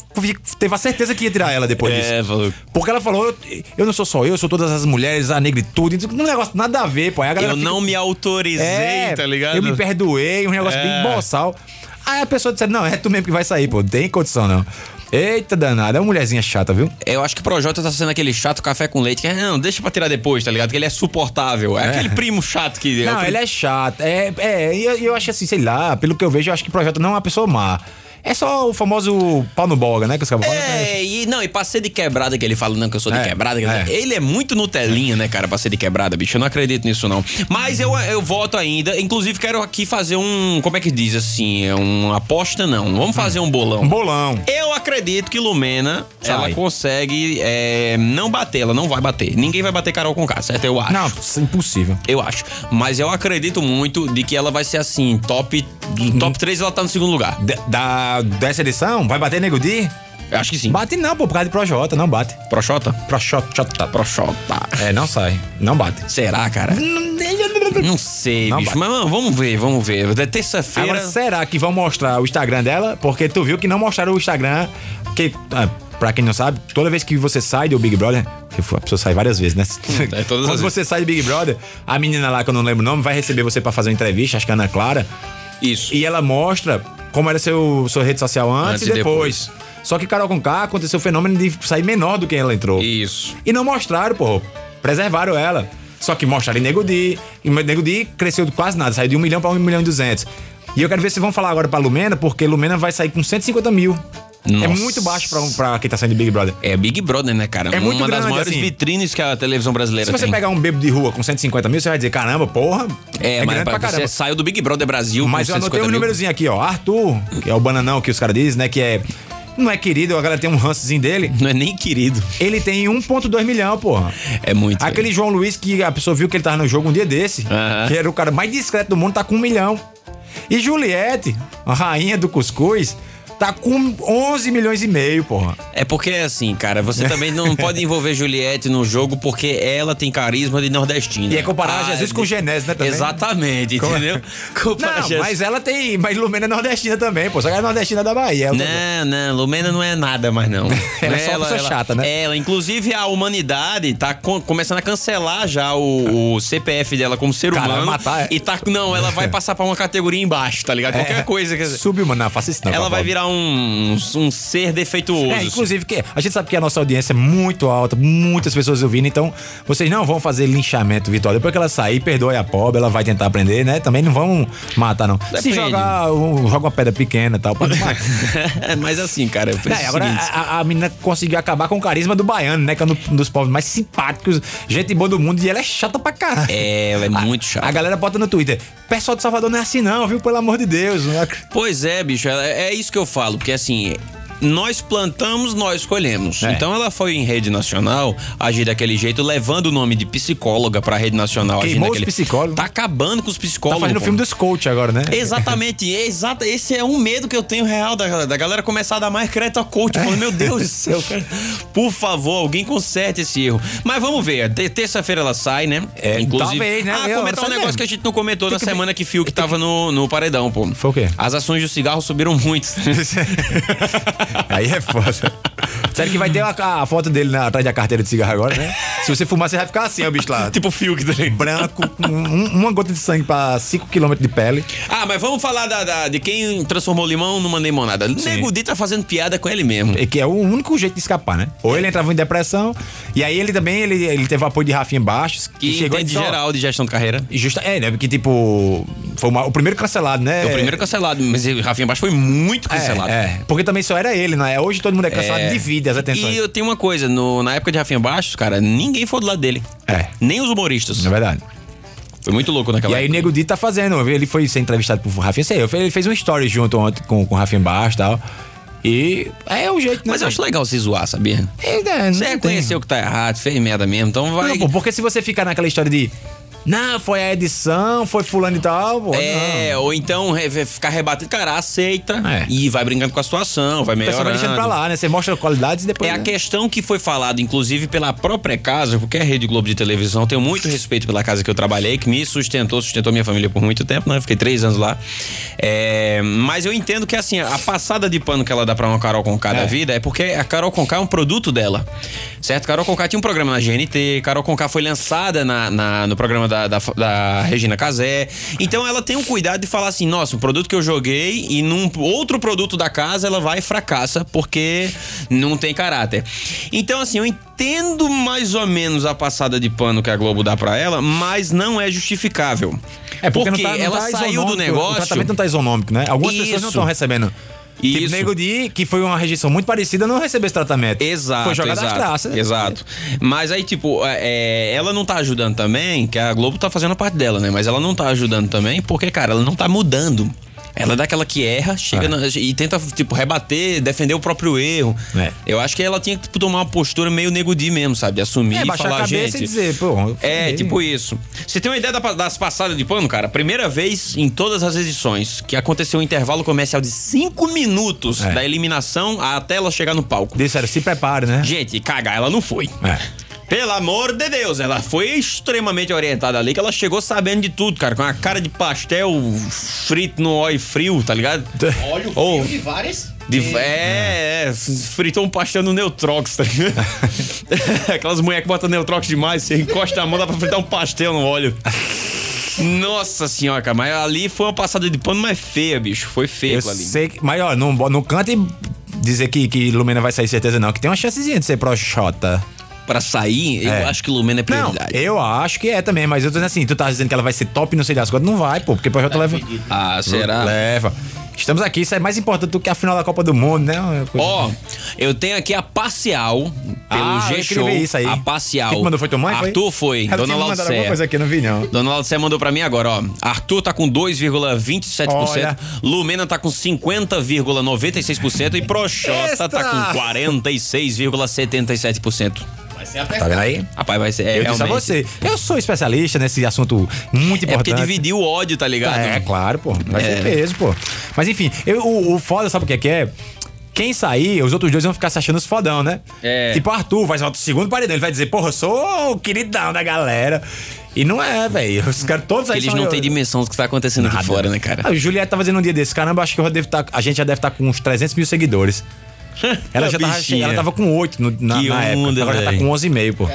Speaker 4: teve a certeza que ia tirar ela depois disso.
Speaker 3: É, falou.
Speaker 4: Porque ela falou, eu, eu não sou só eu, eu sou todas as mulheres, a negritude, um negócio nada a ver, pô. Aí a galera
Speaker 3: Eu
Speaker 4: fica-
Speaker 3: não me autorizei,
Speaker 4: É,
Speaker 3: tá ligado?
Speaker 4: Eu me perdoei, um negócio
Speaker 3: É.
Speaker 4: bem boçal. Aí a pessoa disse, não, é tu mesmo que vai sair, pô, não tem condição não. Eita danada, é uma mulherzinha chata, viu?
Speaker 3: Eu acho que o Projota tá sendo aquele chato café com leite que é, não, deixa pra tirar depois, tá ligado? Que ele é suportável. É,
Speaker 4: É.
Speaker 3: aquele primo chato que.
Speaker 4: não, ele é chato. É, é e eu, e eu acho assim, sei lá, pelo que eu vejo, eu acho que o projeto não é uma pessoa má. É só o famoso pau no boga, né? Que os caras falam, né?
Speaker 3: É, e não, e pra ser de quebrada que ele fala, não, que eu sou de
Speaker 4: É,
Speaker 3: quebrada. que-
Speaker 4: é.
Speaker 3: Ele é muito Nutelinha, né, cara, pra ser de quebrada, bicho. Eu não acredito nisso, não. Mas eu, eu voto ainda. Inclusive, quero aqui fazer um. Como é que diz assim? É uma aposta, não. Vamos fazer um bolão.
Speaker 4: Um bolão.
Speaker 3: Eu acredito que Lumena,
Speaker 4: Sai.
Speaker 3: ela consegue é, não bater, ela não vai bater. Ninguém vai bater Carol com K, certo? Eu acho.
Speaker 4: Não, isso é impossível.
Speaker 3: Eu acho. Mas eu acredito muito de que ela vai ser
Speaker 4: Uhum.
Speaker 3: assim, top. do Top 3 ela tá no segundo lugar.
Speaker 4: Da, da- dessa edição, vai bater Nego Di?
Speaker 3: Acho que sim.
Speaker 4: Bate não, pô, por causa de Projota, não bate.
Speaker 3: Projota?
Speaker 4: Projota.
Speaker 3: Projota.
Speaker 4: É, não sai. Não bate.
Speaker 3: Será, cara? Não sei,
Speaker 4: Não
Speaker 3: bicho.
Speaker 4: bate.
Speaker 3: Mas mano, vamos ver, vamos ver. É
Speaker 4: Agora,
Speaker 3: terça-feira.
Speaker 4: será que vão mostrar o Instagram dela? Porque tu viu que não mostraram o Instagram. Que, ah, pra quem não sabe, toda vez que você sai do Big Brother. que A pessoa sai várias vezes, né?
Speaker 3: é, todas
Speaker 4: Quando
Speaker 3: as
Speaker 4: você sai do Big Brother, a menina lá, que eu não lembro o nome, vai receber você pra fazer uma entrevista, acho que é a Ana Clara.
Speaker 3: Isso.
Speaker 4: E ela mostra como era seu, sua rede social antes,
Speaker 3: Antes
Speaker 4: e
Speaker 3: e
Speaker 4: depois. Só que Carol Conká aconteceu o fenômeno de sair menor do que ela entrou.
Speaker 3: Isso.
Speaker 4: E não mostraram, pô. Preservaram ela. Só que mostraram em Nego Di. E o Nego Di cresceu de quase nada. Saiu de 1 milhão pra 1 milhão e 200. E eu quero ver se vão falar agora pra Lumena, porque Lumena vai sair com 150 mil. É
Speaker 3: Nossa.
Speaker 4: muito baixo pra, pra quem tá saindo de Big Brother.
Speaker 3: É Big Brother, né, cara?
Speaker 4: É muito
Speaker 3: Uma das
Speaker 4: grande,
Speaker 3: maiores
Speaker 4: assim.
Speaker 3: vitrines que a televisão brasileira
Speaker 4: Se você
Speaker 3: tem.
Speaker 4: pegar um bêbado de rua com 150 mil, você vai dizer, caramba, porra,
Speaker 3: É,
Speaker 4: é,
Speaker 3: mas
Speaker 4: grande pra
Speaker 3: pra
Speaker 4: caramba.
Speaker 3: você saiu do Big Brother Brasil
Speaker 4: Mas
Speaker 3: com
Speaker 4: eu anotei
Speaker 3: 150
Speaker 4: um
Speaker 3: mil.
Speaker 4: númerozinho aqui, ó. Arthur, que é o bananão que os caras dizem, né? Que é. Não é querido, a galera tem um rançozinho dele.
Speaker 3: Não é nem querido.
Speaker 4: Ele tem 1,2 milhão, porra.
Speaker 3: É muito.
Speaker 4: Aquele João Luiz que a pessoa viu que ele tava no jogo um dia desse,
Speaker 3: Aham.
Speaker 4: que era o cara mais discreto do mundo, tá com um milhão. E Juliette, a rainha do cuscuz, tá com 11 milhões e meio, porra.
Speaker 3: É porque é assim, cara, você também não pode envolver Juliette no jogo porque ela tem carisma de nordestina. Ah,
Speaker 4: E é comparar Jesus com Genésio, né, também?
Speaker 3: Exatamente,
Speaker 4: Como é?
Speaker 3: entendeu? Comparar
Speaker 4: Não,
Speaker 3: Jesus-
Speaker 4: mas ela tem. Mas Lumena é nordestina também, pô. Só que ela é nordestina da Bahia. Ela-
Speaker 3: Não, não, Lumena não é nada mais não.
Speaker 4: Ela é só uma pessoa chata, né?
Speaker 3: Ela, inclusive a humanidade tá co- começando a cancelar já o, o CPF dela como ser
Speaker 4: Cara, vai
Speaker 3: humano
Speaker 4: matar, é.
Speaker 3: e tá não, ela vai passar pra uma categoria embaixo, tá ligado? Qualquer
Speaker 4: É,
Speaker 3: coisa que
Speaker 4: Subhumana, não, faça isso não.
Speaker 3: ela vai
Speaker 4: Valdo.
Speaker 3: virar um, um ser defeituoso.
Speaker 4: É, inclusive, que a gente sabe que a nossa audiência é muito alta, muitas pessoas ouvindo, então vocês não vão fazer linchamento, Vitória. Depois que ela sair, perdoe a pobre, ela vai tentar aprender, né? Também não vão matar, não. Se
Speaker 3: Depende.
Speaker 4: jogar, um- joga uma pedra pequena e tal, pode matar.
Speaker 3: mas assim, cara, eu penso
Speaker 4: É,
Speaker 3: o
Speaker 4: agora
Speaker 3: seguinte.
Speaker 4: a, a menina conseguiu acabar com o carisma do baiano, né? Que é um do- um dos povos mais simpáticos, gente boa do mundo, e ela é chata pra caralho.
Speaker 3: É, ela é muito chata.
Speaker 4: A galera bota no Twitter: pessoal de Salvador não é assim, não, viu? Pelo amor de Deus. não é-
Speaker 3: Pois é, bicho, é é isso que eu falo, porque assim. Nós plantamos, nós colhemos.
Speaker 4: É.
Speaker 3: Então ela foi em rede nacional agir daquele jeito, levando o nome de psicóloga pra rede nacional. agir
Speaker 4: Queimou os
Speaker 3: daquele...
Speaker 4: psicólogos.
Speaker 3: Tá acabando com os
Speaker 4: Tá
Speaker 3: psicólogos.
Speaker 4: fazendo o
Speaker 3: pô.
Speaker 4: filme dos coach agora, né?
Speaker 3: Exatamente, exata. Esse é um medo que eu tenho real da, da galera começar a dar mais crédito a coach. Eu falo, meu Deus do céu, cara. Por favor, alguém conserte esse erro. Mas vamos ver. é, te- Terça-feira ela sai, né? É,
Speaker 4: talvez, né?
Speaker 3: Ah,
Speaker 4: Eu não
Speaker 3: comentar um negócio
Speaker 4: sei mesmo.
Speaker 3: que a gente não comentou
Speaker 4: Tem
Speaker 3: na
Speaker 4: que ver.
Speaker 3: semana que Fiuk tava no, no paredão, pô.
Speaker 4: Foi o quê?
Speaker 3: As ações do cigarro subiram muito.
Speaker 4: Aí é foda. Sério que vai ter a, a foto dele na, atrás da carteira de cigarro agora, né? Se você fumar, você vai ficar assim, ó, bicho lá.
Speaker 3: tipo Fiuk também.
Speaker 4: branco, com um- uma gota de sangue pra 5km de pele.
Speaker 3: Ah, mas vamos falar da, da- de quem transformou limão numa limonada. Nego Di tá fazendo piada com ele mesmo.
Speaker 4: É Que é o único jeito de escapar, né? Ou
Speaker 3: É.
Speaker 4: ele entrava em depressão, e aí ele também ele, ele teve o apoio de Rafinha Baixos, que,
Speaker 3: Que
Speaker 4: chegou
Speaker 3: chegou de
Speaker 4: disse, ó,
Speaker 3: geral de gestão de carreira.
Speaker 4: e Justa, é, né? Porque, tipo, foi uma- o primeiro cancelado, né?
Speaker 3: É o primeiro cancelado, mas o Rafinha Baixo foi muito cancelado.
Speaker 4: É, é. Porque também só era ele, né? Hoje todo mundo é cancelado,
Speaker 3: É.
Speaker 4: divide as atenções.
Speaker 3: E eu tenho uma coisa, no- na época de Rafinha Baixos, cara, ninguém foi do lado dele.
Speaker 4: É.
Speaker 3: Nem os humoristas.
Speaker 4: É verdade.
Speaker 3: Foi muito louco naquela
Speaker 4: E aí o
Speaker 3: época.
Speaker 4: Nego Di tá fazendo. Ele foi ser entrevistado por Rafinha. Sei, eu- ele fez um story junto ontem com, com o Rafinha Baixo e tal. E é o jeito, né?
Speaker 3: Mas eu acho legal se zoar, sabia?
Speaker 4: É, né, não
Speaker 3: Você
Speaker 4: tem-
Speaker 3: reconheceu que tá errado, fez merda mesmo, então vai.
Speaker 4: Não, pô, porque se você ficar naquela história de... Não, foi a edição, foi fulano e tal, pô.
Speaker 3: é,
Speaker 4: não.
Speaker 3: ou então re- re- ficar rebatendo, cara, aceita
Speaker 4: É.
Speaker 3: e vai brincando com a situação, vai
Speaker 4: O pessoal vai
Speaker 3: melhorando.
Speaker 4: deixando pra lá, né? Você mostra qualidades e depois...
Speaker 3: É a
Speaker 4: né?
Speaker 3: questão que foi falada, inclusive, pela própria casa, porque é Rede Globo de televisão. Eu Tenho muito respeito pela casa que eu trabalhei, que me sustentou, sustentou minha família por muito tempo, né? Eu Fiquei três anos lá. É, mas eu entendo que, assim, a passada de pano que ela dá pra uma Carol Conká da vida é porque a Carol Conká é um produto dela, certo? Carol Conká tinha um programa na GNT, Carol Conká foi lançada na- na- no programa da, da- da Regina Casé. Então ela tem um cuidado de falar assim, nossa, um produto que eu joguei e num outro produto da casa ela vai e fracassa porque não tem caráter. Então assim, eu entendo mais ou menos a passada de pano que a Globo dá pra ela, mas não é justificável.
Speaker 4: É porque, não tá- não
Speaker 3: ela
Speaker 4: tá
Speaker 3: saiu
Speaker 4: isonômico,
Speaker 3: do negócio.
Speaker 4: O tratamento não tá isonômico, né? Algumas pessoas não
Speaker 3: Isso.
Speaker 4: estão recebendo. Tipo,
Speaker 3: Isso.
Speaker 4: Nego Di, que foi uma rejeição muito parecida, não recebeu esse tratamento.
Speaker 3: Exato.
Speaker 4: Foi jogada né?
Speaker 3: exato,
Speaker 4: às traças.
Speaker 3: Exato. Mas aí, tipo, é, é, ela não tá ajudando também, que a Globo tá fazendo a parte dela, né? Mas ela não tá ajudando também porque, cara, ela não tá mudando. Ela é daquela que erra, chega
Speaker 4: É.
Speaker 3: na- e tenta, tipo, rebater, defender o próprio erro.
Speaker 4: É.
Speaker 3: Eu acho que ela tinha que tipo, tomar uma postura meio nego de mesmo, sabe? De assumir
Speaker 4: É,
Speaker 3: e
Speaker 4: baixar
Speaker 3: falar,
Speaker 4: a cabeça
Speaker 3: gente.
Speaker 4: e dizer, pô, eu
Speaker 3: É,
Speaker 4: fudei.
Speaker 3: tipo isso. Você tem uma ideia da pa- das passadas de pano, cara? Primeira vez em todas as edições que aconteceu um intervalo comercial de cinco minutos
Speaker 4: É.
Speaker 3: da eliminação até ela chegar no palco.
Speaker 4: Disseram, se prepare, né? É.
Speaker 3: Gente, cagar, ela não foi. Pelo amor de Deus, ela foi extremamente orientada ali, que ela chegou sabendo de tudo, cara, com a cara de pastel frito no óleo frio, tá ligado?
Speaker 7: Óleo
Speaker 3: Ou-
Speaker 7: frio de várias.
Speaker 3: de- é, é, fritou um pastel no Neutrox, tá ligado? Aquelas mulheres que botam Neutrox demais, você encosta a mão, dá pra fritar um pastel no óleo. Nossa senhora, cara, mas ali foi uma passada de pano mais feia, bicho. Foi feio
Speaker 4: Eu
Speaker 3: aquilo ali.
Speaker 4: sei que. Mas, ó, não, bo- não canta e dizer que, que Lumena vai sair, certeza não. Que tem uma chancezinha de ser proxota.
Speaker 3: Pra sair, eu acho que Lumena é prioridade.
Speaker 4: Não, eu acho que é também, mas eu tô dizendo assim, tu tá dizendo que ela vai ser top, não sei das coisas, não vai, pô, porque Projota leva.
Speaker 3: Ah, será?
Speaker 4: Leva. Estamos aqui, isso é mais importante do que a final da Copa do Mundo, né? Uma coisa-
Speaker 3: Ó, eu tenho aqui a parcial pelo
Speaker 4: Ah, eu
Speaker 3: G-Show.
Speaker 4: escrevi isso aí.
Speaker 3: A parcial.
Speaker 4: Quem que mandou? Foi tua mãe, foi?
Speaker 3: Arthur foi.
Speaker 4: Ela
Speaker 3: Dona
Speaker 4: tinha me mandado
Speaker 3: Laudicea.
Speaker 4: alguma coisa aqui, eu não vi não.
Speaker 3: Dona Laudicea mandou pra mim agora, ó. Arthur tá com 2,27%.
Speaker 4: Olha.
Speaker 3: Lumena tá com 50,96%. E Projota
Speaker 4: Extra!
Speaker 3: tá com 46,77%.
Speaker 7: Vai ser a
Speaker 4: Tá vendo aí?
Speaker 3: Rapaz, vai ser. É,
Speaker 4: eu disse a
Speaker 3: realmente.
Speaker 4: você, eu sou especialista nesse assunto muito
Speaker 3: É porque
Speaker 4: importante.
Speaker 3: dividiu o ódio, tá ligado?
Speaker 4: É, claro, pô. Vai
Speaker 3: É.
Speaker 4: ser peso, pô. Mas enfim, eu- o, o foda, sabe o que é que é? Quem sair, os outros dois vão ficar se achando os fodão, né?
Speaker 3: É.
Speaker 4: Tipo, Arthur vai ser o segundo paredão. Ele vai dizer, porra, eu sou o queridão da galera. E não é, velho. Os caras todos aí
Speaker 3: Porque eles
Speaker 4: são-
Speaker 3: não têm dimensão do que tá acontecendo aqui fora, né, cara?
Speaker 4: Ah, o Juliette tava dizendo um dia desse, caramba, acho que eu devo tá, a gente já deve estar com uns 300 mil seguidores. Ela
Speaker 3: A
Speaker 4: já tava,
Speaker 3: bichinha.
Speaker 4: ela tava com 8 no- na,
Speaker 3: Que
Speaker 4: na
Speaker 3: onda,
Speaker 4: época. Agora já tá
Speaker 3: velho.
Speaker 4: com 11,5, pô.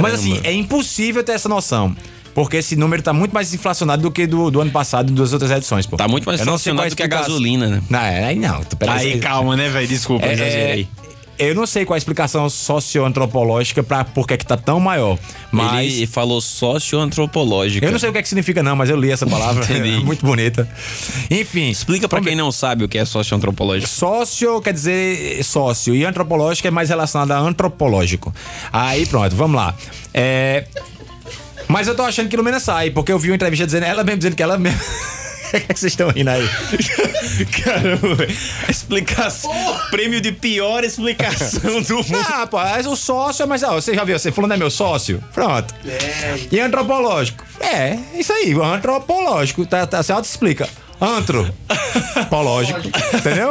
Speaker 4: Mas assim,
Speaker 3: Caramba.
Speaker 4: é impossível ter essa noção. Porque esse número tá muito mais inflacionado do que do, do ano passado e das outras edições, pô.
Speaker 3: Tá muito mais
Speaker 4: Eu não sei
Speaker 3: inflacionado do
Speaker 4: qual
Speaker 3: que a
Speaker 4: explicação.
Speaker 3: gasolina, né?
Speaker 4: Não, é, aí não. tu- pera
Speaker 3: calma, né, velho? Desculpa,
Speaker 4: É, é, eu não sei qual a explicação socioantropológica pra por que que tá tão maior. Mas
Speaker 3: Ele falou socioantropológica.
Speaker 4: eu não sei o que, é que significa, não, mas eu li essa palavra. é
Speaker 3: Entendi.
Speaker 4: muito bonita. Enfim.
Speaker 3: Explica pra quem não sabe o que é socioantropológico.
Speaker 4: Sócio quer dizer sócio e antropológico é mais relacionado a antropológico. Aí pronto, vamos lá. É, mas eu tô achando que Lumena sai, porque eu vi uma entrevista dizendo, ela mesmo dizendo que ela mesmo. O que é que vocês estão rindo aí?
Speaker 3: Caramba, explicação. Prêmio de pior explicação do mundo.
Speaker 4: Ah, pô, mas o sócio é mais. Ah, você já viu, você falando é meu sócio? Pronto. E antropológico? É, isso aí, o antropológico. Tá, tá, você auto-explica. Antropológico. entendeu?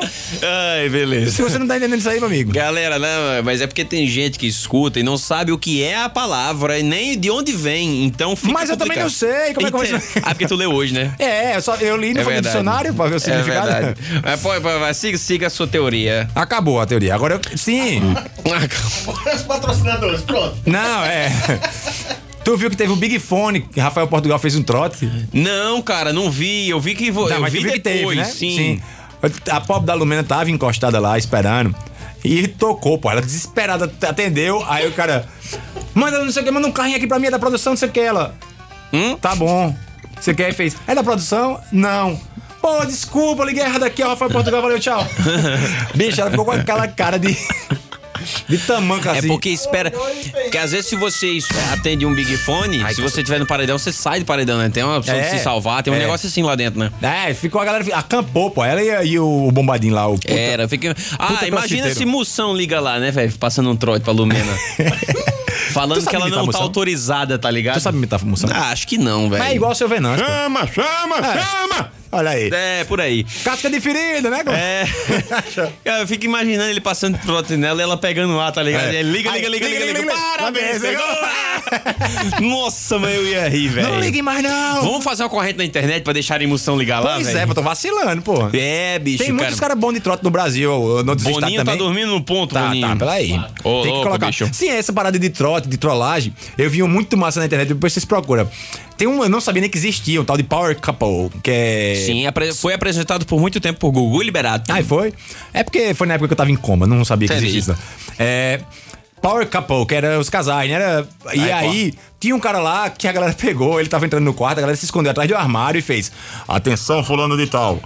Speaker 3: Ai, beleza.
Speaker 4: Se você não tá entendendo isso aí, meu amigo.
Speaker 3: Galera, né? Mas é porque tem gente que escuta e não sabe o que é a palavra e nem de onde vem. Então fica.
Speaker 4: Mas eu também
Speaker 3: complicado.
Speaker 4: não sei, como é que eu vou
Speaker 3: Entendo.
Speaker 4: saber?
Speaker 3: Ah, porque tu leu hoje, né?
Speaker 4: É, eu, só, eu li no
Speaker 3: É
Speaker 4: Família
Speaker 3: verdade.
Speaker 4: dicionário pra ver o significado.
Speaker 3: É verdade. Mas, pô, pô, mas siga, siga a sua teoria.
Speaker 4: Acabou a teoria. Agora eu. Sim!
Speaker 7: Agora os patrocinadores, pronto.
Speaker 4: Não, é. Tu viu que teve o Big Fone, que Rafael Portugal fez um trote?
Speaker 3: Não, cara, não vi. Eu vi que vou.
Speaker 4: Tá,
Speaker 3: eu
Speaker 4: mas
Speaker 3: vi
Speaker 4: tu viu
Speaker 3: depois,
Speaker 4: que teve, né?
Speaker 3: sim.
Speaker 4: A pobre da Lumena tava encostada lá, esperando. E tocou, pô. Ela desesperada atendeu. Aí o cara. Manda não sei o que, manda um carrinho aqui pra mim, é da produção, não sei o que. Ela.
Speaker 3: Hum?
Speaker 4: Tá bom. Você quer? E fez. É da produção? Não. Pô, desculpa, liguei errado aqui, ó. Rafael Portugal, valeu, tchau. Bicho, ela ficou com aquela cara de. De tamanca
Speaker 3: É
Speaker 4: assim.
Speaker 3: porque espera. Porque às vezes, se você es- atende um Big Fone, se você estiver no paredão, você sai do paredão, né? Tem uma opção de
Speaker 4: É,
Speaker 3: se salvar, tem um
Speaker 4: é.
Speaker 3: negócio assim lá dentro, né?
Speaker 4: É, ficou a galera. Acampou, pô. Ela e, e o bombadinho lá, o puta.
Speaker 3: Era, fica. Ah,
Speaker 4: puta
Speaker 3: imagina
Speaker 4: classiteiro.
Speaker 3: se Moção liga lá, né, velho? Passando um trote pra Lumena.
Speaker 4: Tu
Speaker 3: Falando
Speaker 4: sabe
Speaker 3: que ela
Speaker 4: imitar
Speaker 3: não tá
Speaker 4: Moção?
Speaker 3: autorizada, tá ligado?
Speaker 4: Tu sabe imitar moção?
Speaker 3: Ah, acho que não, velho.
Speaker 4: Mas é igual o seu Venâncio. pô.
Speaker 2: Chama, chama, chama!
Speaker 4: Olha aí.
Speaker 3: É, por aí.
Speaker 4: Casca de ferida, né, Glauco?
Speaker 3: É. Cara, eu fico imaginando ele passando trote nela e ela pegando lá, tá ligado?
Speaker 4: É.
Speaker 3: Ele Liga,
Speaker 4: Aí,
Speaker 3: liga, liga, liga, liga, Parabéns,
Speaker 4: Parabéns,
Speaker 3: pegou! Nossa, mas eu ia rir, velho.
Speaker 4: Não liguem mais, não.
Speaker 3: Vamos fazer uma corrente na internet pra deixar a emoção ligar lá,
Speaker 4: pois
Speaker 3: velho?
Speaker 4: é, pô, tô vacilando, pô.
Speaker 3: É, bicho,
Speaker 4: Tem muitos caras bons de trote no Brasil. eu Não desisto
Speaker 3: Boninho tá
Speaker 4: também.
Speaker 3: dormindo no ponto,
Speaker 4: Tá,
Speaker 3: Boninho.
Speaker 4: tá, peraí.
Speaker 3: Ô,
Speaker 4: Tem que
Speaker 3: louco,
Speaker 4: colocar.
Speaker 3: bicho.
Speaker 4: Sim, essa parada de trote, de trollagem, eu vi um muito massa na internet, depois vocês procuram. Tem um, eu não sabia nem que existia, um tal de Power Couple, que é.
Speaker 3: Sim, apre- foi apresentado por muito tempo por Gugu Liberato.
Speaker 4: Aí foi. É porque foi na época que eu tava em coma, não sabia que
Speaker 3: Entendi.
Speaker 4: existia isso. É. Power Couple, que era os casais, né? Era- e
Speaker 3: Aí,
Speaker 4: aí, tinha um cara lá que a um galera pegou, ele tava entrando no quarto, a galera se escondeu atrás do armário e fez: Atenção, fulano de tal.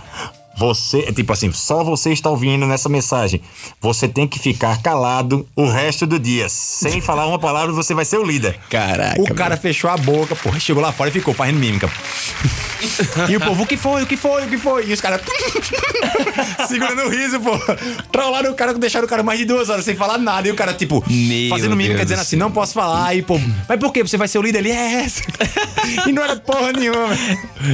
Speaker 13: Você, é tipo assim, só você está ouvindo nessa mensagem. Você tem que ficar calado o resto do dia. Sem falar uma palavra, você vai ser o líder.
Speaker 4: Caraca. O cara fechou a boca, porra, chegou lá fora e ficou fazendo mímica. E o povo, o que foi? O que foi? O que foi? E os caras. segurando o riso, pô. Trollaram o cara, deixaram o cara mais de duas horas sem falar nada. E o cara, tipo, fazendo
Speaker 13: Deus
Speaker 4: mímica,
Speaker 13: do
Speaker 4: dizendo assim, não posso falar. E, pô, mas por quê? Você vai ser o líder? Ele é. e não era porra nenhuma.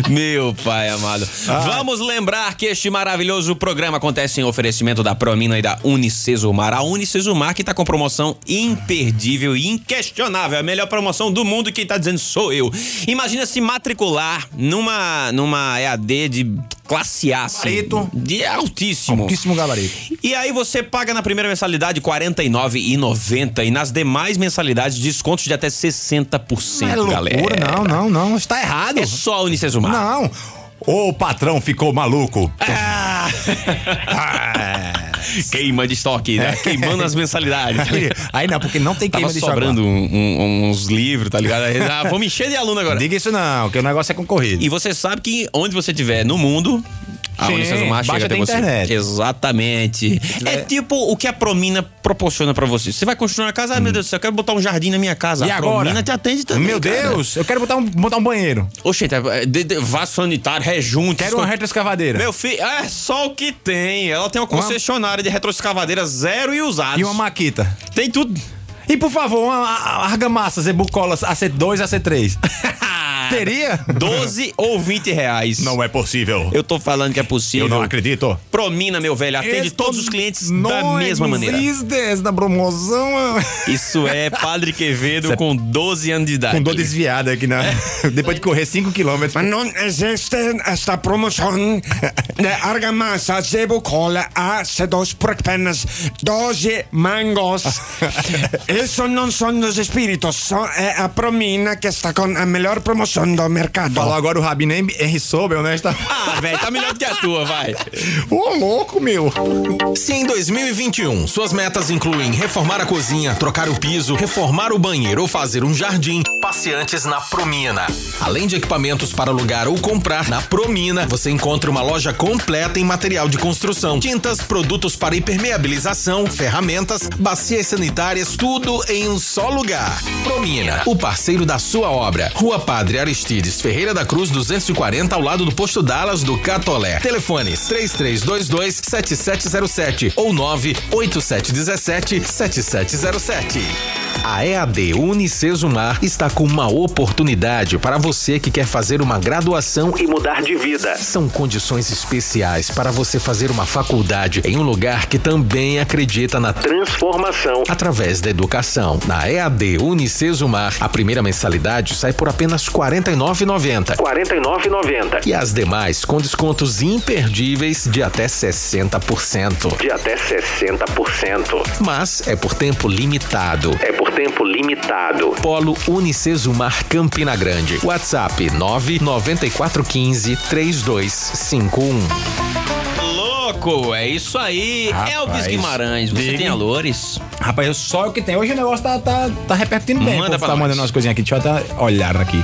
Speaker 3: Meu pai amado. Vamos lembrar que este maravilhoso programa acontece em oferecimento da Promina e da Unicesumar. A Unicesumar que tá com promoção imperdível e inquestionável. É A melhor promoção do mundo e quem tá dizendo sou eu. Imagina se matricular numa, numa EAD de classe A. assim,
Speaker 4: Gabarito.
Speaker 3: De altíssimo.
Speaker 4: Altíssimo gabarito.
Speaker 3: E aí você paga na primeira mensalidade R$ 49,90 e nas demais mensalidades descontos de até 60%,
Speaker 4: Não é loucura,
Speaker 3: galera.
Speaker 4: não, não, não. Está errado. É
Speaker 3: só a Unicesumar.
Speaker 4: Não. O patrão ficou maluco.
Speaker 3: Ah! Queima de estoque, né? Queimando as mensalidades. tá
Speaker 4: Aí, aí não, porque não tem
Speaker 3: Tava
Speaker 4: É. queima de chocolate.
Speaker 3: sobrando um- um- uns livros, tá ligado? Aí, Ah, vamos encher de aluno agora.
Speaker 4: Diga isso não, que o negócio é concorrido.
Speaker 3: E você sabe que onde você estiver no mundo, a
Speaker 4: Sim,
Speaker 3: Unicesumar chega
Speaker 4: baixa
Speaker 3: até
Speaker 4: até a
Speaker 3: você.
Speaker 4: internet.
Speaker 3: Exatamente. É tipo o que a Promina proporciona pra você. Você vai construir uma casa, ah, meu Deus do céu, eu quero botar um jardim na minha casa.
Speaker 4: Hum. E
Speaker 3: a
Speaker 4: agora?
Speaker 3: Promina te atende também.
Speaker 4: Meu
Speaker 3: cara.
Speaker 4: Deus, eu quero botar um, botar um banheiro.
Speaker 3: Oxe, tá, de, de, vaso sanitário, rejunte.
Speaker 4: Quero uma retroescavadeira.
Speaker 3: Meu filho, é só o que tem. Ela tem uma
Speaker 4: Uma-
Speaker 3: concessionária de retroescavadeira zero e usados.
Speaker 4: E uma maquita.
Speaker 3: Tem tudo.
Speaker 4: E por favor, uma a- a- argamassa, zebucolas AC2 AC3. Teria?
Speaker 3: 12 ou 20 reais. Não
Speaker 4: é possível.
Speaker 3: Eu tô falando que é possível.
Speaker 4: Eu não acredito.
Speaker 3: Promina, meu velho, atende
Speaker 4: Esto
Speaker 3: todos os clientes da
Speaker 4: não
Speaker 3: mesma maneira.
Speaker 4: existe da promoção.
Speaker 3: Isso é Padre Quevedo
Speaker 4: Isso é-
Speaker 3: com 12 anos de idade.
Speaker 4: Com dor desviada aqui na. Depois de correr 5km.
Speaker 15: Mas não existe esta promoção de
Speaker 3: né?
Speaker 15: argamassa, zebo, cola, ácidos, propenas, 12 mangos. Isso não são os espíritos, só é a promina que está com a melhor promoção do mercado.
Speaker 4: Falou agora o Rabino Henry- Henry Sobel, né? Está...
Speaker 3: Ah, velho, tá melhor do que a tua, vai.
Speaker 4: Ô, louco, meu.
Speaker 5: Se em 2021 suas metas incluem reformar a cozinha, trocar o piso, reformar o banheiro ou fazer um jardim, passe antes na Promina. Além de equipamentos para alugar ou comprar, na Promina você encontra uma loja completa em material de construção, tintas, produtos para impermeabilização, ferramentas, bacias sanitárias, tudo em um só lugar. Promina, o parceiro da sua obra. Rua Padre Aristides Ferreira da Cruz 240, ao lado do posto Dallas do Catolé. Telefones 3322 7707 ou 98717 7707. A EAD Unicesumar está com uma oportunidade para você que quer fazer uma graduação
Speaker 6: e mudar de vida.
Speaker 5: São condições especiais para você fazer uma faculdade em um lugar que também acredita na
Speaker 6: transformação
Speaker 5: através da educação. Na EAD Unicesumar, a primeira mensalidade sai por apenas R$ 49,90.
Speaker 6: 49,90.
Speaker 5: E as demais com descontos imperdíveis de até 60%.
Speaker 6: De até 60%.
Speaker 5: Mas é por tempo limitado.
Speaker 6: É por tempo limitado.
Speaker 5: Polo Unicesumar Campina Grande. WhatsApp 99415 3251.
Speaker 3: Louco, é isso aí. Elvis Guimarães, você
Speaker 4: diga.
Speaker 3: tem alores?
Speaker 4: Rapaz, eu só o que tem. Hoje o negócio tá, tá, tá repercutindo bem.
Speaker 3: Manda
Speaker 4: Manda
Speaker 3: pra
Speaker 4: tá
Speaker 3: nós.
Speaker 4: mandando umas coisinhas aqui. Deixa eu até olhar aqui.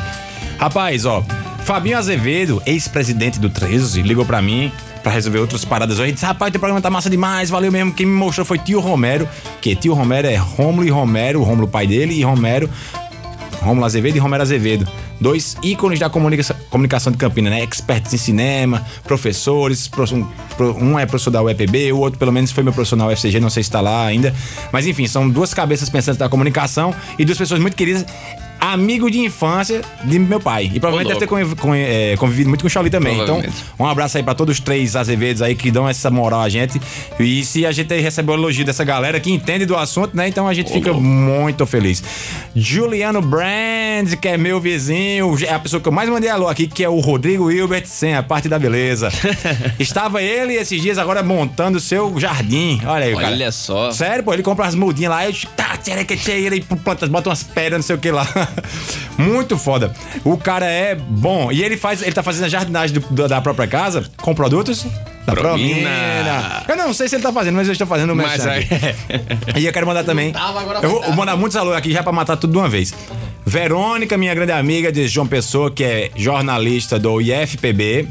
Speaker 4: Rapaz, ó. Fabinho Azevedo, ex-presidente do 13, ligou pra mim pra resolver outras paradas hoje. Ele disse, rapaz, teu programa tá massa demais, valeu mesmo. Quem me mostrou foi tio Romero. Que tio Romero é Rômulo e Romero, Rômulo pai dele e Romero Rômulo Azevedo e Romero Azevedo. Dois ícones da comunica- comunicação de Campinas, né? Expertos em cinema, professores. prof- um- pro- Um é professor da UEPB, o outro, pelo menos, foi meu professor na UFCG, não sei se está lá ainda. Mas, enfim, são duas cabeças pensantes da comunicação e duas pessoas muito queridas. Amigo de infância de meu pai. E provavelmente deve ter
Speaker 3: louco.
Speaker 4: conviv- con- eh, convivido muito com o Shaolin também. Então,
Speaker 3: Provavelmente.
Speaker 4: um abraço aí pra todos os três Azevedos aí que dão essa moral a gente. E se a gente aí recebeu o elogio dessa galera que entende do assunto, né? Então a gente fica muito feliz. Juliano Brand, que é meu vizinho, é a pessoa que eu mais mandei alô aqui, que é o Rodrigo Hilbert, sem a parte da beleza. Estava ele esses dias agora montando o seu jardim. Olha aí, cara.
Speaker 3: Olha só.
Speaker 4: Sério, pô, ele compra as mudinhas lá, eu tá, tira que tira e planta, bota umas pedras, não sei o que lá. Muito foda. O cara é bom. E ele faz, ele tá fazendo a jardinagem do- do- da própria casa com produtos da
Speaker 3: Promina.
Speaker 4: Promina. Eu não sei se ele tá fazendo, mas eu estou fazendo o meu
Speaker 3: Mas aí-
Speaker 4: E eu quero mandar também.
Speaker 7: tava, agora
Speaker 4: Eu vou
Speaker 7: vai
Speaker 4: vou mandar muitos alô aqui já pra matar tudo de uma vez. Verônica, minha grande amiga de João Pessoa, que é jornalista do IFPB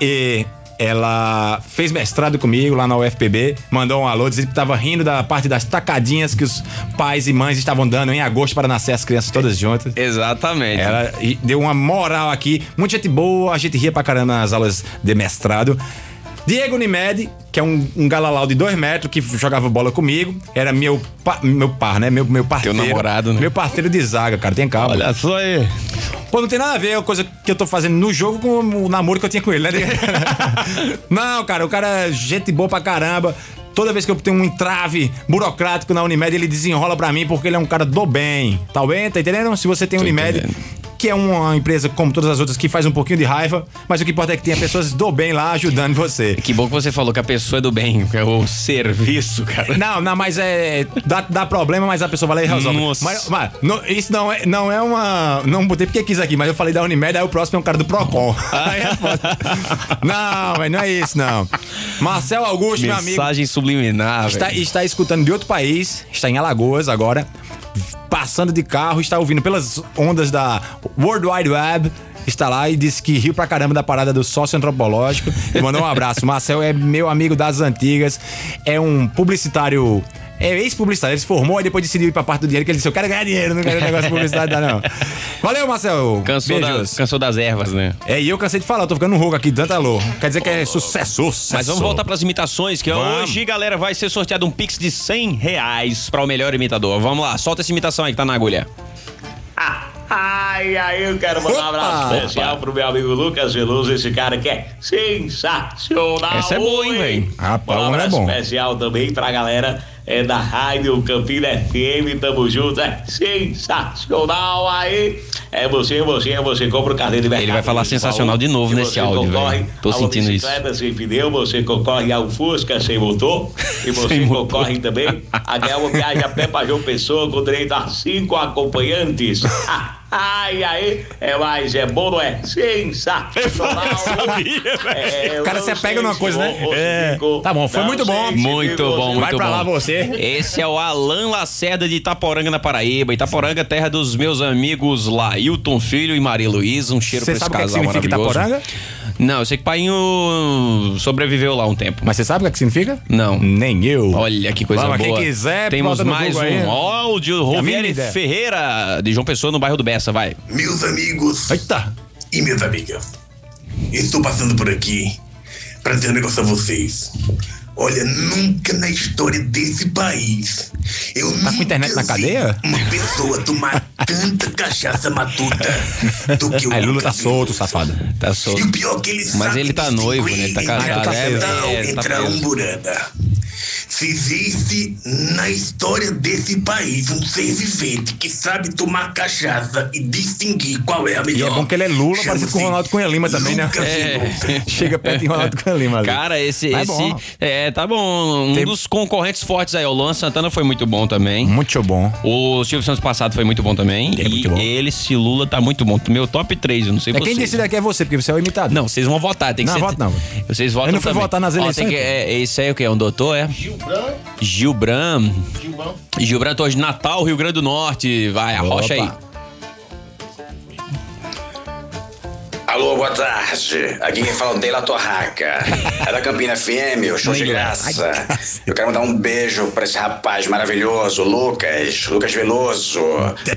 Speaker 4: e ela fez mestrado comigo lá na UFPB, mandou um alô, dizendo que tava rindo da parte das tacadinhas que os pais e mães estavam dando em agosto para nascer as crianças todas juntas.
Speaker 3: Exatamente.
Speaker 4: Ela e deu uma moral aqui, muita gente boa, a gente ria pra caramba nas aulas de mestrado. Diego Nimed, que é um, um galalau de dois metros, que jogava bola comigo, era meu, pa- meu par, né? Meu, meu parceiro.
Speaker 3: namorado, né?
Speaker 4: Meu parceiro de zaga, cara, tem calma.
Speaker 3: Olha só aí.
Speaker 4: Pô, não tem nada a ver a coisa que eu tô fazendo no jogo com o namoro que eu tinha com ele, né? não, cara, o cara é gente boa pra caramba. Toda vez que eu tenho um entrave burocrático na Unimed, ele desenrola pra mim porque ele é um cara do bem. Tá bem? Tá entendendo? Se você tem Unimed, que é uma empresa como todas as outras que faz um pouquinho de raiva, mas o que importa é que tenha pessoas do bem lá ajudando você.
Speaker 3: Que bom que você falou que a pessoa é do bem, que é o serviço, cara.
Speaker 4: Não, não, mas é. Dá, dá problema, mas a pessoa vai lá e resolve.
Speaker 3: Nossa.
Speaker 4: Mas, mas, não- isso não é, não é uma. Não botei porque quis aqui, mas eu falei da Unimed, aí o próximo é um cara do Procon.
Speaker 3: Ah,
Speaker 4: Aí é foda. não, mas não é isso, não. Marcel Augusto, meu amigo.
Speaker 3: Mensagem subliminar.
Speaker 4: Está,
Speaker 3: velho.
Speaker 4: está escutando de outro país, está em Alagoas agora, passando de carro, está ouvindo pelas ondas da World Wide Web, está lá e disse que riu pra caramba da parada do sócio antropológico e mandou um abraço. Marcel é meu amigo das antigas, é um publicitário. É ex-publicitário, ele se formou e depois decidiu ir pra parte do dinheiro, que ele disse: Eu quero ganhar dinheiro, não quero negócio de publicidade, não. Valeu, Marcel.
Speaker 3: Cansou, da,
Speaker 4: Beijos.
Speaker 3: cansou das ervas, né?
Speaker 4: É, e eu cansei de falar, eu tô ficando rouco aqui, tanta alô. Quer dizer que é sucesso, sucesso.
Speaker 3: Mas vamos voltar pras imitações, que
Speaker 4: Vamos.
Speaker 3: hoje, galera, vai ser sorteado um pix de 100 reais pra o melhor imitador. Vamos lá, solta essa imitação aí que tá na agulha.
Speaker 10: Ai, aí eu quero mandar um abraço
Speaker 3: Opa!
Speaker 10: especial pro meu amigo Lucas Veloso, esse cara que é sensacional.
Speaker 3: Essa é boa, hein, velho?
Speaker 4: Rapaz,
Speaker 10: um
Speaker 4: o homem é
Speaker 10: abraço
Speaker 4: bom.
Speaker 10: especial também pra galera é, da Rádio Campina FM, tamo junto, é sensacional aí. É você, é você, é você, compra o carneiro de mercado.
Speaker 3: Ele vai falar sensacional de novo
Speaker 10: E
Speaker 3: nesse
Speaker 10: você
Speaker 3: áudio,
Speaker 10: concorre
Speaker 3: velho. Tô
Speaker 10: a uma
Speaker 3: sentindo isso.
Speaker 10: bicicleta sem pneu, você concorre ao Fusca sem motor e você concorre também a ganhar uma viagem a pé pra João Pessoa com direito a cinco acompanhantes. Ai, aí, é mais, é bom, não é? Sensacional. É, eu
Speaker 4: O cara
Speaker 10: não
Speaker 4: se apega
Speaker 10: sei
Speaker 4: numa
Speaker 10: se
Speaker 4: coisa, né?
Speaker 10: vou-
Speaker 4: É. Tá bom, foi
Speaker 10: Não
Speaker 4: muito bom.
Speaker 10: sei se
Speaker 3: Muito
Speaker 10: vou-
Speaker 3: bom, muito bom.
Speaker 4: Vai pra lá você.
Speaker 3: Esse é o Alan Lacerda de Itaporanga, na Paraíba. Itaporanga, terra dos meus amigos Lailton Filho e Maria Luísa. Um cheiro
Speaker 4: Você
Speaker 3: pra esse
Speaker 4: sabe o que é que
Speaker 3: casal
Speaker 4: significa
Speaker 3: maravilhoso.
Speaker 4: Itaporanga?
Speaker 3: Não, eu sei que Painho sobreviveu lá um tempo.
Speaker 4: Mas você sabe o que, é que significa?
Speaker 3: Não.
Speaker 4: Nem eu.
Speaker 3: Olha que coisa
Speaker 4: Vamos, quem
Speaker 3: boa.
Speaker 4: quiser,
Speaker 3: Temos
Speaker 4: bota no
Speaker 3: mais
Speaker 4: Google aí.
Speaker 3: um áudio.
Speaker 4: É a mínima
Speaker 3: Rovieri
Speaker 4: ideia.
Speaker 3: Ferreira, de João Pessoa, no bairro do Bessa, vai.
Speaker 16: Meus amigos e minhas amigas, estou passando por aqui para dizer um negócio a vocês. Olha, nunca na história desse país eu
Speaker 4: Tá com internet na cadeia?
Speaker 16: uma pessoa tomar tanta cachaça matuta do que eu.
Speaker 4: Aí Lula tá solto, safado.
Speaker 3: Tá solto.
Speaker 16: E o pior é que eles
Speaker 3: Mas ele tá noivo, né? Ele tá casado.
Speaker 16: Tá
Speaker 3: é, é, ele tá
Speaker 16: entre a
Speaker 3: preso.
Speaker 16: umburana. Se existe na história desse país um ser vivente que sabe tomar cachaça e distinguir qual é a
Speaker 4: E
Speaker 16: melhor.
Speaker 4: é bom que ele é Lula, parecido
Speaker 3: assim.
Speaker 4: com o Ronaldo Cunha Lima também, né?
Speaker 3: É.
Speaker 4: Chega perto de Ronaldo Cunha Lima ali.
Speaker 3: Cara, esse.
Speaker 4: Mas é
Speaker 3: esse
Speaker 4: bom.
Speaker 3: é, tá bom. Um dos concorrentes fortes aí. O Luan Santana foi muito bom também.
Speaker 4: Muito bom.
Speaker 3: O Silvio Santos passado foi muito bom também. e ele, se Lula, tá muito bom. Meu top 3, eu não sei
Speaker 4: É
Speaker 3: vocês.
Speaker 4: quem decide aqui é você, porque você é o imitado.
Speaker 3: Não, vocês vão votar, tem que
Speaker 4: Não,
Speaker 3: ser.
Speaker 4: voto não.
Speaker 3: Vocês votam
Speaker 4: Eu não fui
Speaker 3: também.
Speaker 4: votar nas
Speaker 3: Ó, tem
Speaker 4: eleições,
Speaker 3: que- é, é isso aí o que? É um doutor, é?
Speaker 7: Gilbran,
Speaker 3: Gilbran.
Speaker 7: Gilbran.
Speaker 3: Gilbran Torres de Natal, Rio Grande do Norte. Vai, arrocha aí.
Speaker 16: Opa.
Speaker 17: Alô, boa tarde. Aqui quem fala é o Deila Torraca. É da Campina FM, o show de graça. Eu quero mandar um beijo pra esse rapaz maravilhoso, Lucas. Lucas Veloso.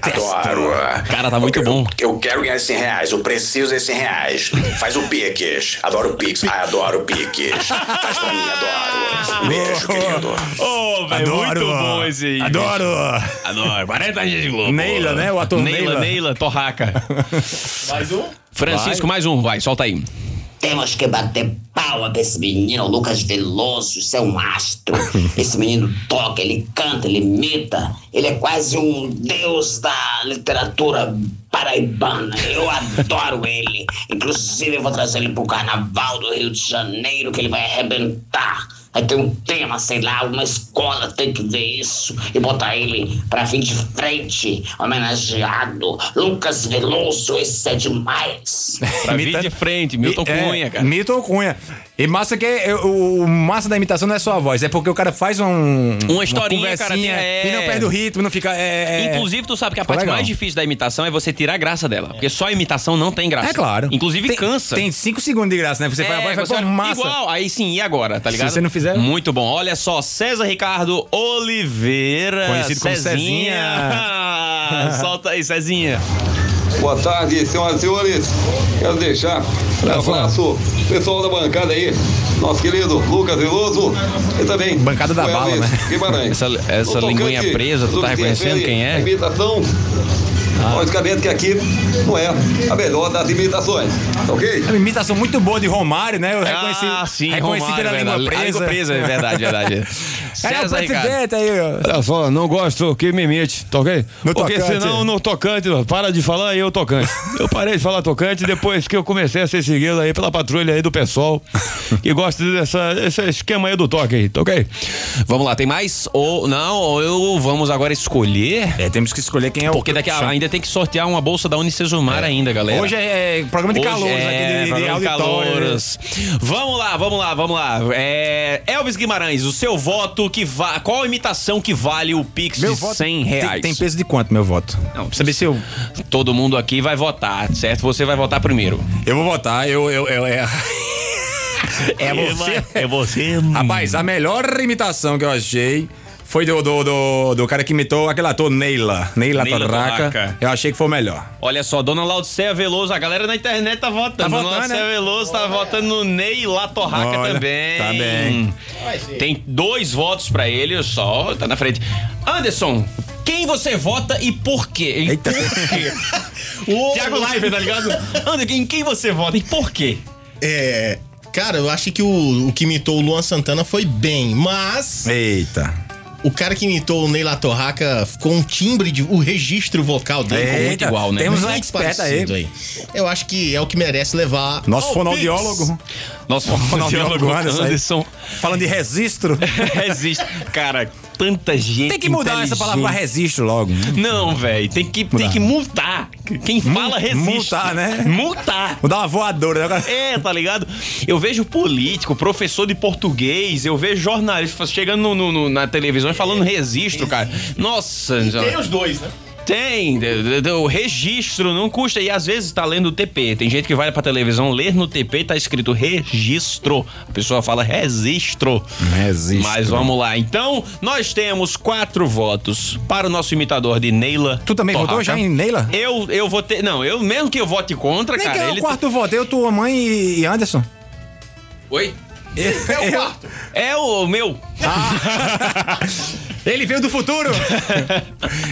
Speaker 17: Adoro.
Speaker 3: Cara, tá muito bom.
Speaker 17: Eu quero ganhar esses 100 reais. Eu preciso desses 100 reais. Faz o Pix. Adoro o Pix. Ah, adoro o Pix. Faz pra mim, adoro. Um Beijo, querido.
Speaker 3: Ô, velho, muito bom esse aí.
Speaker 4: Adoro!
Speaker 3: Adoro. 40 dias de Globo.
Speaker 4: Neila, né? O ator
Speaker 3: Neila.
Speaker 4: Neila.
Speaker 3: Neila Torraca.
Speaker 7: Mais um?
Speaker 3: Francisco, mais um, vai, solta aí.
Speaker 18: Temos que bater palma pra esse menino, Lucas Veloso, isso é um astro. Esse menino toca, ele canta, ele imita, ele é quase um deus da literatura paraibana. Eu adoro ele. Inclusive, eu vou trazer ele pro carnaval do Rio de Janeiro, que ele vai arrebentar. Aí tem um tema, sei lá, uma escola tem que ver isso e botar ele pra vir de frente, homenageado. Lucas Veloso, esse é demais.
Speaker 3: Pra vir de frente, Milton
Speaker 4: É,
Speaker 3: Cunha, cara.
Speaker 4: Milton Cunha. E massa que é- o o massa da imitação não é só a voz, é porque o cara faz um.
Speaker 3: Uma historinha, cara.
Speaker 4: conversinha
Speaker 3: tem- é.
Speaker 4: E não perde o ritmo, não fica. é, é, é.
Speaker 3: Inclusive, tu sabe que a
Speaker 4: Ficou
Speaker 3: parte
Speaker 4: legal.
Speaker 3: mais difícil da imitação é você tirar a graça dela. Porque só a imitação não tem graça.
Speaker 4: É claro.
Speaker 3: Inclusive,
Speaker 4: Tem-
Speaker 3: cansa.
Speaker 4: Tem 5 segundos de graça, né? Você vai
Speaker 3: É,
Speaker 4: vai e fala,
Speaker 3: você
Speaker 4: pô,
Speaker 3: olha,
Speaker 4: massa.
Speaker 3: Igual, aí sim, e agora, tá
Speaker 4: Se
Speaker 3: ligado?
Speaker 4: você não fizer-
Speaker 3: Muito bom. Olha só, César Ricardo Oliveira.
Speaker 19: Conhecido como
Speaker 3: Cezinha. Solta aí, Cezinha.
Speaker 19: Boa tarde, senhoras e senhores. Quero deixar um abraço pessoal da bancada aí, nosso querido Lucas Veloso e também.
Speaker 3: Bancada da
Speaker 19: Goiás
Speaker 3: bala, né?
Speaker 19: Guimarães.
Speaker 3: Essa- essa
Speaker 19: No tocante
Speaker 3: linguinha presa, tu tá
Speaker 19: do que se
Speaker 3: reconhecendo
Speaker 19: refere
Speaker 3: quem é? Ah.
Speaker 19: à Imitação. Logicamente que aqui não é a melhor das imitações, tá ok?
Speaker 4: É uma imitação muito boa de Romário, né? Eu reconheci,
Speaker 3: Ah, sim,
Speaker 4: reconheci
Speaker 3: Romário,
Speaker 4: pela língua
Speaker 3: verdade.
Speaker 4: presa.
Speaker 3: A língua presa, é verdade, verdade.
Speaker 4: é o
Speaker 3: César Ricardo.
Speaker 4: presidente aí, ó.
Speaker 20: Olha só, não gosto que me imite, tá ok?
Speaker 4: No
Speaker 20: Porque
Speaker 4: tocante.
Speaker 20: senão no tocante, para de falar e eu tocante. Eu parei de falar tocante depois que eu comecei a ser seguido aí pela patrulha aí do pessoal que gosta dessa, desse esquema aí do toque aí, tá ok?
Speaker 3: Vamos lá, tem mais? Ou não, ou eu vamos agora escolher.
Speaker 4: É, temos que escolher quem é o.
Speaker 3: Porque daqui a,
Speaker 4: chama.
Speaker 3: ainda tem que sortear uma bolsa da Unicesumar ainda, galera.
Speaker 4: Hoje é, é programa de
Speaker 3: Hoje
Speaker 4: calor,
Speaker 3: é,
Speaker 4: aqui de, de
Speaker 3: programa de
Speaker 4: auditório.
Speaker 3: calouros. Vamos lá, vamos lá, vamos lá. É, Elvis Guimarães, o seu voto que va... qual a imitação que vale o Pix
Speaker 4: Meu
Speaker 3: de
Speaker 4: voto
Speaker 3: 100
Speaker 4: tem-
Speaker 3: reais?
Speaker 4: Tem, peso de quanto, meu voto?
Speaker 3: Não,
Speaker 4: saber se eu.
Speaker 3: Todo mundo aqui vai votar, certo? Você vai votar primeiro.
Speaker 4: Eu vou votar, eu. eu, eu é... É você. É você. Rapaz, a melhor imitação que eu achei foi do, do, do, do cara que imitou aquele ator Neila. Neila,
Speaker 3: Neila
Speaker 4: Torraca.
Speaker 3: Torraca.
Speaker 4: Eu achei que foi o melhor.
Speaker 3: Olha só, Dona Laudicea Veloso, a galera na internet tá votando.
Speaker 4: Tá
Speaker 3: Dona
Speaker 4: votando,
Speaker 3: Laudicea
Speaker 4: né?
Speaker 3: Veloso tá votando no Ney Latorraca
Speaker 4: Olha,
Speaker 3: também.
Speaker 4: tá bem.
Speaker 3: Tem dois votos pra ele, só tá na frente. Anderson, quem você vota e por quê? Eita. Tiago Live, tá ligado? Anderson, em quem você vota e por quê?
Speaker 7: É. Cara, eu acho que o, o que imitou o Luan Santana foi bem, mas.
Speaker 4: Eita.
Speaker 7: O cara que imitou o Ney Latorraca ficou um timbre de. O registro vocal dele ficou muito
Speaker 4: Eita,
Speaker 7: igual, né?
Speaker 4: temos um
Speaker 7: muito
Speaker 4: expert aí.
Speaker 7: parecido Eu acho que é o que merece levar.
Speaker 4: Nosso
Speaker 7: ao
Speaker 4: fonoaudiólogo.
Speaker 3: Nosso
Speaker 4: fonoaudiólogo
Speaker 3: Anderson.
Speaker 4: Anderson. Falando de registro.
Speaker 3: Registro. Cara, tanta gente.
Speaker 4: Tem que mudar essa palavra pra
Speaker 3: inteligente.
Speaker 4: registro logo. né?
Speaker 3: Não, velho. Tem que, tem que multar. Quem fala resiste.
Speaker 4: multar, né?
Speaker 3: Multar.
Speaker 4: Mudar uma voadora. né?
Speaker 3: É, tá ligado? Eu vejo político, professor de português, eu vejo jornalista chegando no- no- no- na televisão e falando registro, cara. Nossa.
Speaker 7: E tem os dois, né?
Speaker 3: Tem, de- de- o registro não custa. E às vezes tá lendo o TP. Tem gente que vai pra televisão ler no TP e tá escrito registro. A pessoa fala registro.
Speaker 4: Registro.
Speaker 3: Mas vamos lá. Então, nós temos quatro votos para o nosso imitador de Neila. Tu
Speaker 4: também votou
Speaker 3: tá?
Speaker 4: já em Neila?
Speaker 3: Eu, eu votei. Não, eu mesmo que eu vote contra,
Speaker 4: Nem
Speaker 3: cara.
Speaker 4: que é o
Speaker 3: ele- tá-
Speaker 4: quarto voto. Eu, tua mãe e e Anderson.
Speaker 3: Oi? É o quarto. É o meu.
Speaker 4: Ele veio do futuro.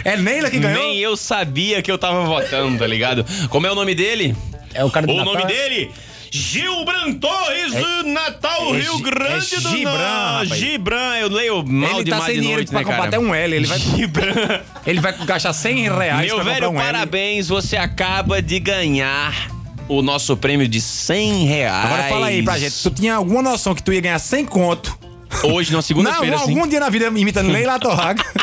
Speaker 4: É Neila que ganhou?
Speaker 3: Nem eu sabia que eu tava votando, tá ligado? Como é o nome dele?
Speaker 4: É o cara
Speaker 3: O nome dele? Gil Brantores,
Speaker 4: É-
Speaker 3: Natal,
Speaker 4: é
Speaker 3: Rio
Speaker 4: Gi-
Speaker 3: Grande
Speaker 4: é
Speaker 3: do
Speaker 4: Gibran,
Speaker 3: Norte.
Speaker 4: rapaz.
Speaker 3: Gibran, eu leio mal
Speaker 4: Ele
Speaker 3: demais
Speaker 4: tá
Speaker 3: de
Speaker 4: sem dinheiro
Speaker 3: noite,
Speaker 4: pra
Speaker 3: né,
Speaker 4: comprar
Speaker 3: cara?
Speaker 4: até um L. Ele vai,
Speaker 3: Gibran.
Speaker 4: ele vai gastar 100 reais
Speaker 3: Meu
Speaker 4: pra
Speaker 3: velho,
Speaker 4: comprar um L.
Speaker 3: parabéns, você acaba de ganhar o nosso prêmio de 100 reais.
Speaker 4: Agora fala aí pra gente. Tu tinha alguma noção que tu ia ganhar 100 conto?
Speaker 3: Hoje, na segunda-feira,
Speaker 4: Não,
Speaker 3: assim.
Speaker 4: algum dia na vida imitando Leila Torraca.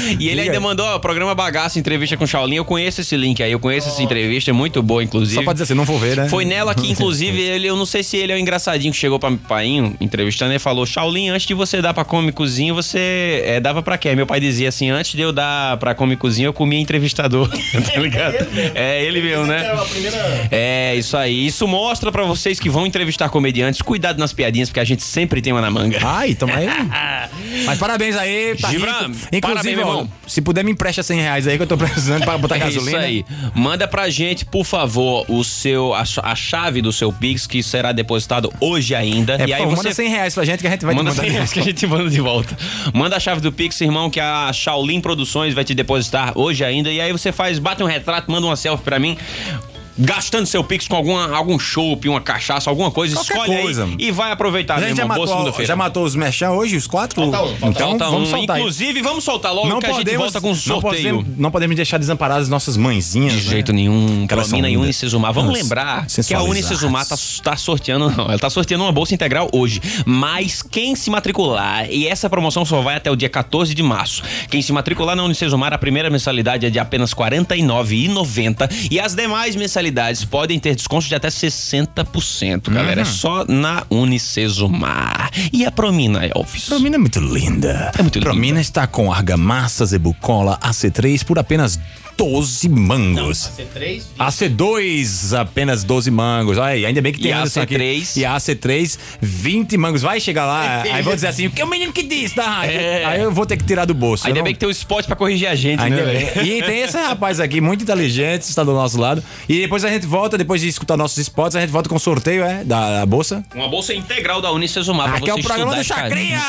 Speaker 3: E ele
Speaker 4: Diga
Speaker 3: ainda
Speaker 4: aí.
Speaker 3: mandou, ó, programa Bagaço, entrevista com o Shaolin. Eu conheço esse link aí, eu conheço essa entrevista, é muito boa, inclusive.
Speaker 4: Só pra dizer assim, não vou ver, né?
Speaker 3: Foi nela que, inclusive, ele, eu não sei se ele é o engraçadinho que chegou pra Painho entrevistando e falou: Shaolin, antes de você dar pra cômicozinho, você é, dava pra quê? Meu pai dizia assim: antes de eu dar pra cômicozinho, eu comia entrevistador. tá ligado? É ele mesmo, né? É, isso aí. Isso mostra pra vocês que vão entrevistar comediantes, cuidado nas piadinhas, porque a gente sempre tem uma na manga.
Speaker 4: Ai, toma aí. Mas parabéns aí, tá
Speaker 3: Gibran,
Speaker 4: rico.
Speaker 3: parabéns,
Speaker 4: Inclusive,
Speaker 3: meu
Speaker 4: ó,
Speaker 3: irmão.
Speaker 4: se puder me empresta 100 reais aí que eu tô precisando pra botar
Speaker 3: é
Speaker 4: tá gasolina.
Speaker 3: isso aí. Manda pra gente, por favor, o seu a, a chave do seu Pix que será depositado hoje ainda.
Speaker 4: É,
Speaker 3: e
Speaker 4: por
Speaker 3: aí
Speaker 4: favor,
Speaker 3: você
Speaker 4: manda 100 reais pra gente que a gente vai
Speaker 3: manda
Speaker 4: te mandar.
Speaker 3: 100 reais que a gente manda de volta. Manda a chave do Pix, irmão, que a Shaolin Produções vai te depositar hoje ainda. E aí você faz, bate um retrato, manda uma selfie pra mim. Gastando seu Pix com alguma, algum chopp, uma cachaça, alguma coisa,
Speaker 4: Qualquer
Speaker 3: escolhe aí
Speaker 4: coisa.
Speaker 3: e vai aproveitar,
Speaker 4: A
Speaker 3: meu
Speaker 4: gente já
Speaker 3: irmão. Boa
Speaker 4: matou,
Speaker 3: segunda-feira.
Speaker 4: já matou os mexão hoje, os quatro? Então
Speaker 3: Falta
Speaker 4: vamos
Speaker 3: um.
Speaker 4: soltar aí.
Speaker 3: Inclusive, vamos soltar logo que a gente volta com um
Speaker 4: não
Speaker 3: sorteio.
Speaker 4: podemos- Não podemos, deixar desamparadas as nossas mãezinhas. né? De
Speaker 3: jeito nenhum. Promina né? e Unicesumar. Vamos
Speaker 4: Elas
Speaker 3: lembrar que a
Speaker 4: sensualizadas.
Speaker 3: Unicesumar tá, tá sorteando, não, ela tá sorteando uma bolsa integral hoje. Mas quem se matricular, e essa promoção só vai até o dia 14 de março. Quem se matricular na Unicesumar, a primeira mensalidade é de apenas R$ 49,90 e as demais mensalidades especialidades podem ter descontos de até 60%, galera. É
Speaker 4: Uhum.
Speaker 3: só na Unicesumar. E a Promina, Elvis?
Speaker 4: Promina é muito linda. É muito Promina está com argamassa, zebucola, AC3 por apenas 12 mangos.
Speaker 7: C3?
Speaker 4: AC2, apenas 12 mangos. Olha aí, ainda bem que tem
Speaker 3: E a
Speaker 4: Anderson aqui.
Speaker 3: AC3?
Speaker 4: E a AC3, 20 mangos. Vai chegar lá, aí vou dizer assim, o que é o menino que disse da rádio? Aí eu vou ter que tirar do bolso.
Speaker 3: É. Ainda
Speaker 4: Eu não-
Speaker 3: bem que tem um spot pra corrigir a gente,
Speaker 4: Ainda
Speaker 3: né?
Speaker 4: bem.
Speaker 3: velho?
Speaker 4: E tem esse rapaz aqui, muito inteligente, está do nosso lado. E depois a gente volta, depois de escutar nossos spots, a gente volta com o sorteio, é? Da, da bolsa.
Speaker 3: Uma bolsa integral da Unicesumar pra
Speaker 4: Aqui
Speaker 3: você
Speaker 4: é o programa do
Speaker 3: estudar, cara.
Speaker 4: Chacrinha!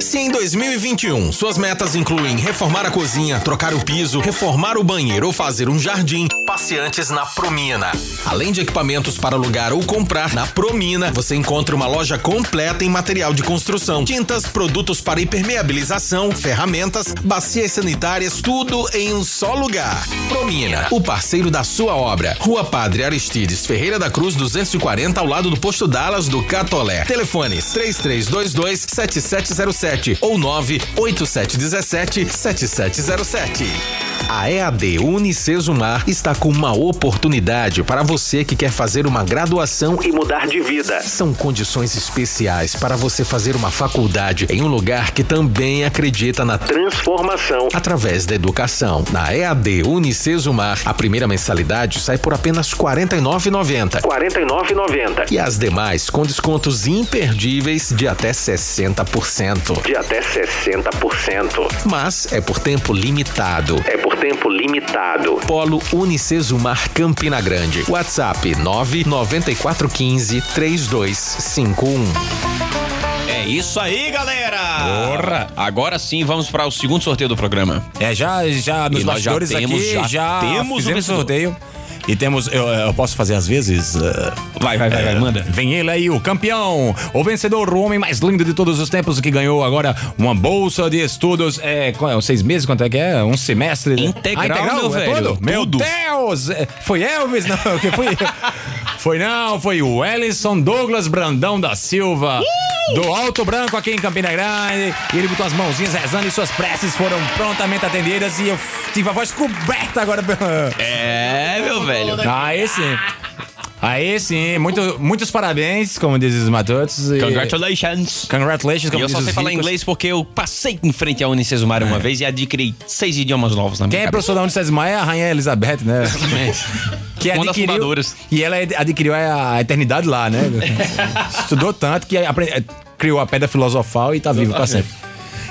Speaker 5: Se em 2021 suas metas incluem reformar a cozinha, trocar o piso, reformar o banheiro ou fazer um jardim, passeantes na Promina. Além de equipamentos para alugar ou comprar, na Promina você encontra uma loja completa em material de construção, tintas, produtos para impermeabilização, ferramentas, bacias sanitárias, tudo em um só lugar. Promina, o parceiro da sua obra. Rua Padre Aristides Ferreira da Cruz 240, ao lado do posto Dallas do Catolé. Telefones 3322 7707 ou 98717 7707. A EAD Unicesumar está com uma oportunidade para você que quer fazer uma graduação e mudar de vida. São condições especiais para você fazer uma faculdade em um lugar que também acredita na transformação através da educação. Na EAD Unicesumar, a primeira mensalidade sai por apenas R$ 49,90.
Speaker 6: 49,90.
Speaker 5: E as demais com descontos imperdíveis de até 60%.
Speaker 6: De até 60%.
Speaker 5: Mas é por tempo limitado.
Speaker 6: É por tempo limitado.
Speaker 5: Polo Unicesumar Campina Grande. WhatsApp 99415 3251.
Speaker 3: É isso aí, galera! Agora sim, vamos para o segundo sorteio do programa.
Speaker 4: É, já, já nos
Speaker 3: E nós já
Speaker 4: bastidores
Speaker 3: temos-
Speaker 4: aqui,
Speaker 3: já
Speaker 4: já,
Speaker 3: temos o
Speaker 4: fizemos
Speaker 3: vencedor.
Speaker 4: sorteio. E temos, eu, eu posso fazer às vezes? eh,
Speaker 3: vai, vai,
Speaker 4: É.
Speaker 3: vai, vai, manda.
Speaker 4: Vem ele aí, o campeão, o vencedor, o homem mais lindo de todos os tempos que ganhou agora uma bolsa de estudos. É, qual é? Seis meses? Quanto é que é? Um semestre? né?
Speaker 3: Integral, meu
Speaker 4: é
Speaker 3: velho,
Speaker 4: Todo? Meu
Speaker 3: tudo.
Speaker 4: Deus! É, Foi Elvis? Não, que foi Foi não, foi o Ellison Douglas Brandão da Silva. Do Alto Branco aqui em Campina Grande. E ele botou as mãozinhas rezando e suas preces foram prontamente atendidas. E eu tive a voz coberta agora pela...
Speaker 3: É, meu velho.
Speaker 4: Ah, Aí sim. Aí sim. Muito, muitos parabéns, como dizem os matotos. e-
Speaker 3: Congratulations.
Speaker 4: Congratulations,
Speaker 3: E
Speaker 4: como
Speaker 3: eu
Speaker 4: diz
Speaker 3: só
Speaker 4: os
Speaker 3: sei falar
Speaker 4: ricos.
Speaker 3: inglês porque eu passei em frente à Unicesumar
Speaker 4: É.
Speaker 3: uma vez e adquiri seis idiomas novos na minha É.
Speaker 4: Quem é professor da Unicesumar é a Rainha Elizabeth, né? Que
Speaker 3: Uma das
Speaker 4: adquiriu,
Speaker 3: fundadoras.
Speaker 4: e ela ad- adquiriu a eternidade lá, né? Estudou tanto que apre- eh, criou a pedra filosofal e tá vivo pra sempre.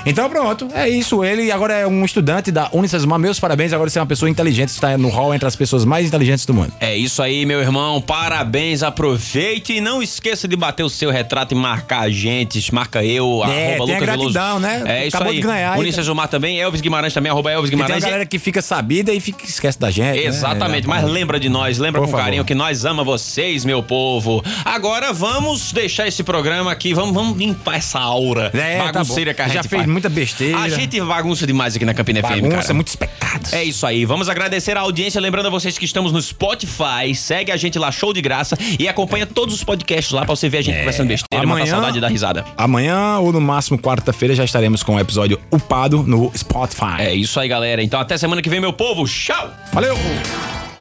Speaker 4: Então pronto, é isso. Ele agora é um estudante da Unicesumar. Meus parabéns, agora você é uma pessoa inteligente, está no hall entre as pessoas mais inteligentes do mundo.
Speaker 3: É isso aí, meu irmão. Parabéns, aproveite e não esqueça de bater o seu retrato e marcar a gente. Marca eu,
Speaker 4: É,
Speaker 3: arroba
Speaker 4: tem a
Speaker 3: Lucas Veloso.
Speaker 4: gratidão, né?
Speaker 3: É isso
Speaker 4: Acabou
Speaker 3: aí.
Speaker 4: de ganhar aí.
Speaker 3: Unicesumar também, Elvis Guimarães também, arroba Elvis
Speaker 4: Porque tem a
Speaker 3: Guimarães.
Speaker 4: galera que fica sabida e fica, esquece da gente. né?
Speaker 3: Exatamente, mas lembra de nós, lembra
Speaker 4: Por
Speaker 3: com
Speaker 4: favor.
Speaker 3: carinho que nós ama vocês, meu povo. Agora vamos deixar esse programa aqui, vamos, vamos limpar essa aura
Speaker 4: É, tá
Speaker 3: bagunceira
Speaker 4: bom.
Speaker 3: que a gente
Speaker 4: Já fez
Speaker 3: faz.
Speaker 4: muita besteira.
Speaker 3: A gente bagunça demais aqui na Campina FM,
Speaker 4: Bagunça,
Speaker 3: É cara.
Speaker 4: muitos pecados.
Speaker 3: É isso aí, vamos agradecer a audiência, lembrando a vocês que estamos no Spotify, segue a gente lá, show de graça, e acompanha todos os podcasts lá pra você ver a gente conversando besteira, matar
Speaker 4: Amanhã-
Speaker 3: saudade da risada.
Speaker 4: Amanhã ou no máximo quarta-feira já estaremos com o episódio upado no Spotify.
Speaker 3: É isso aí, galera. Então até semana que vem, meu povo. Tchau!
Speaker 4: Valeu!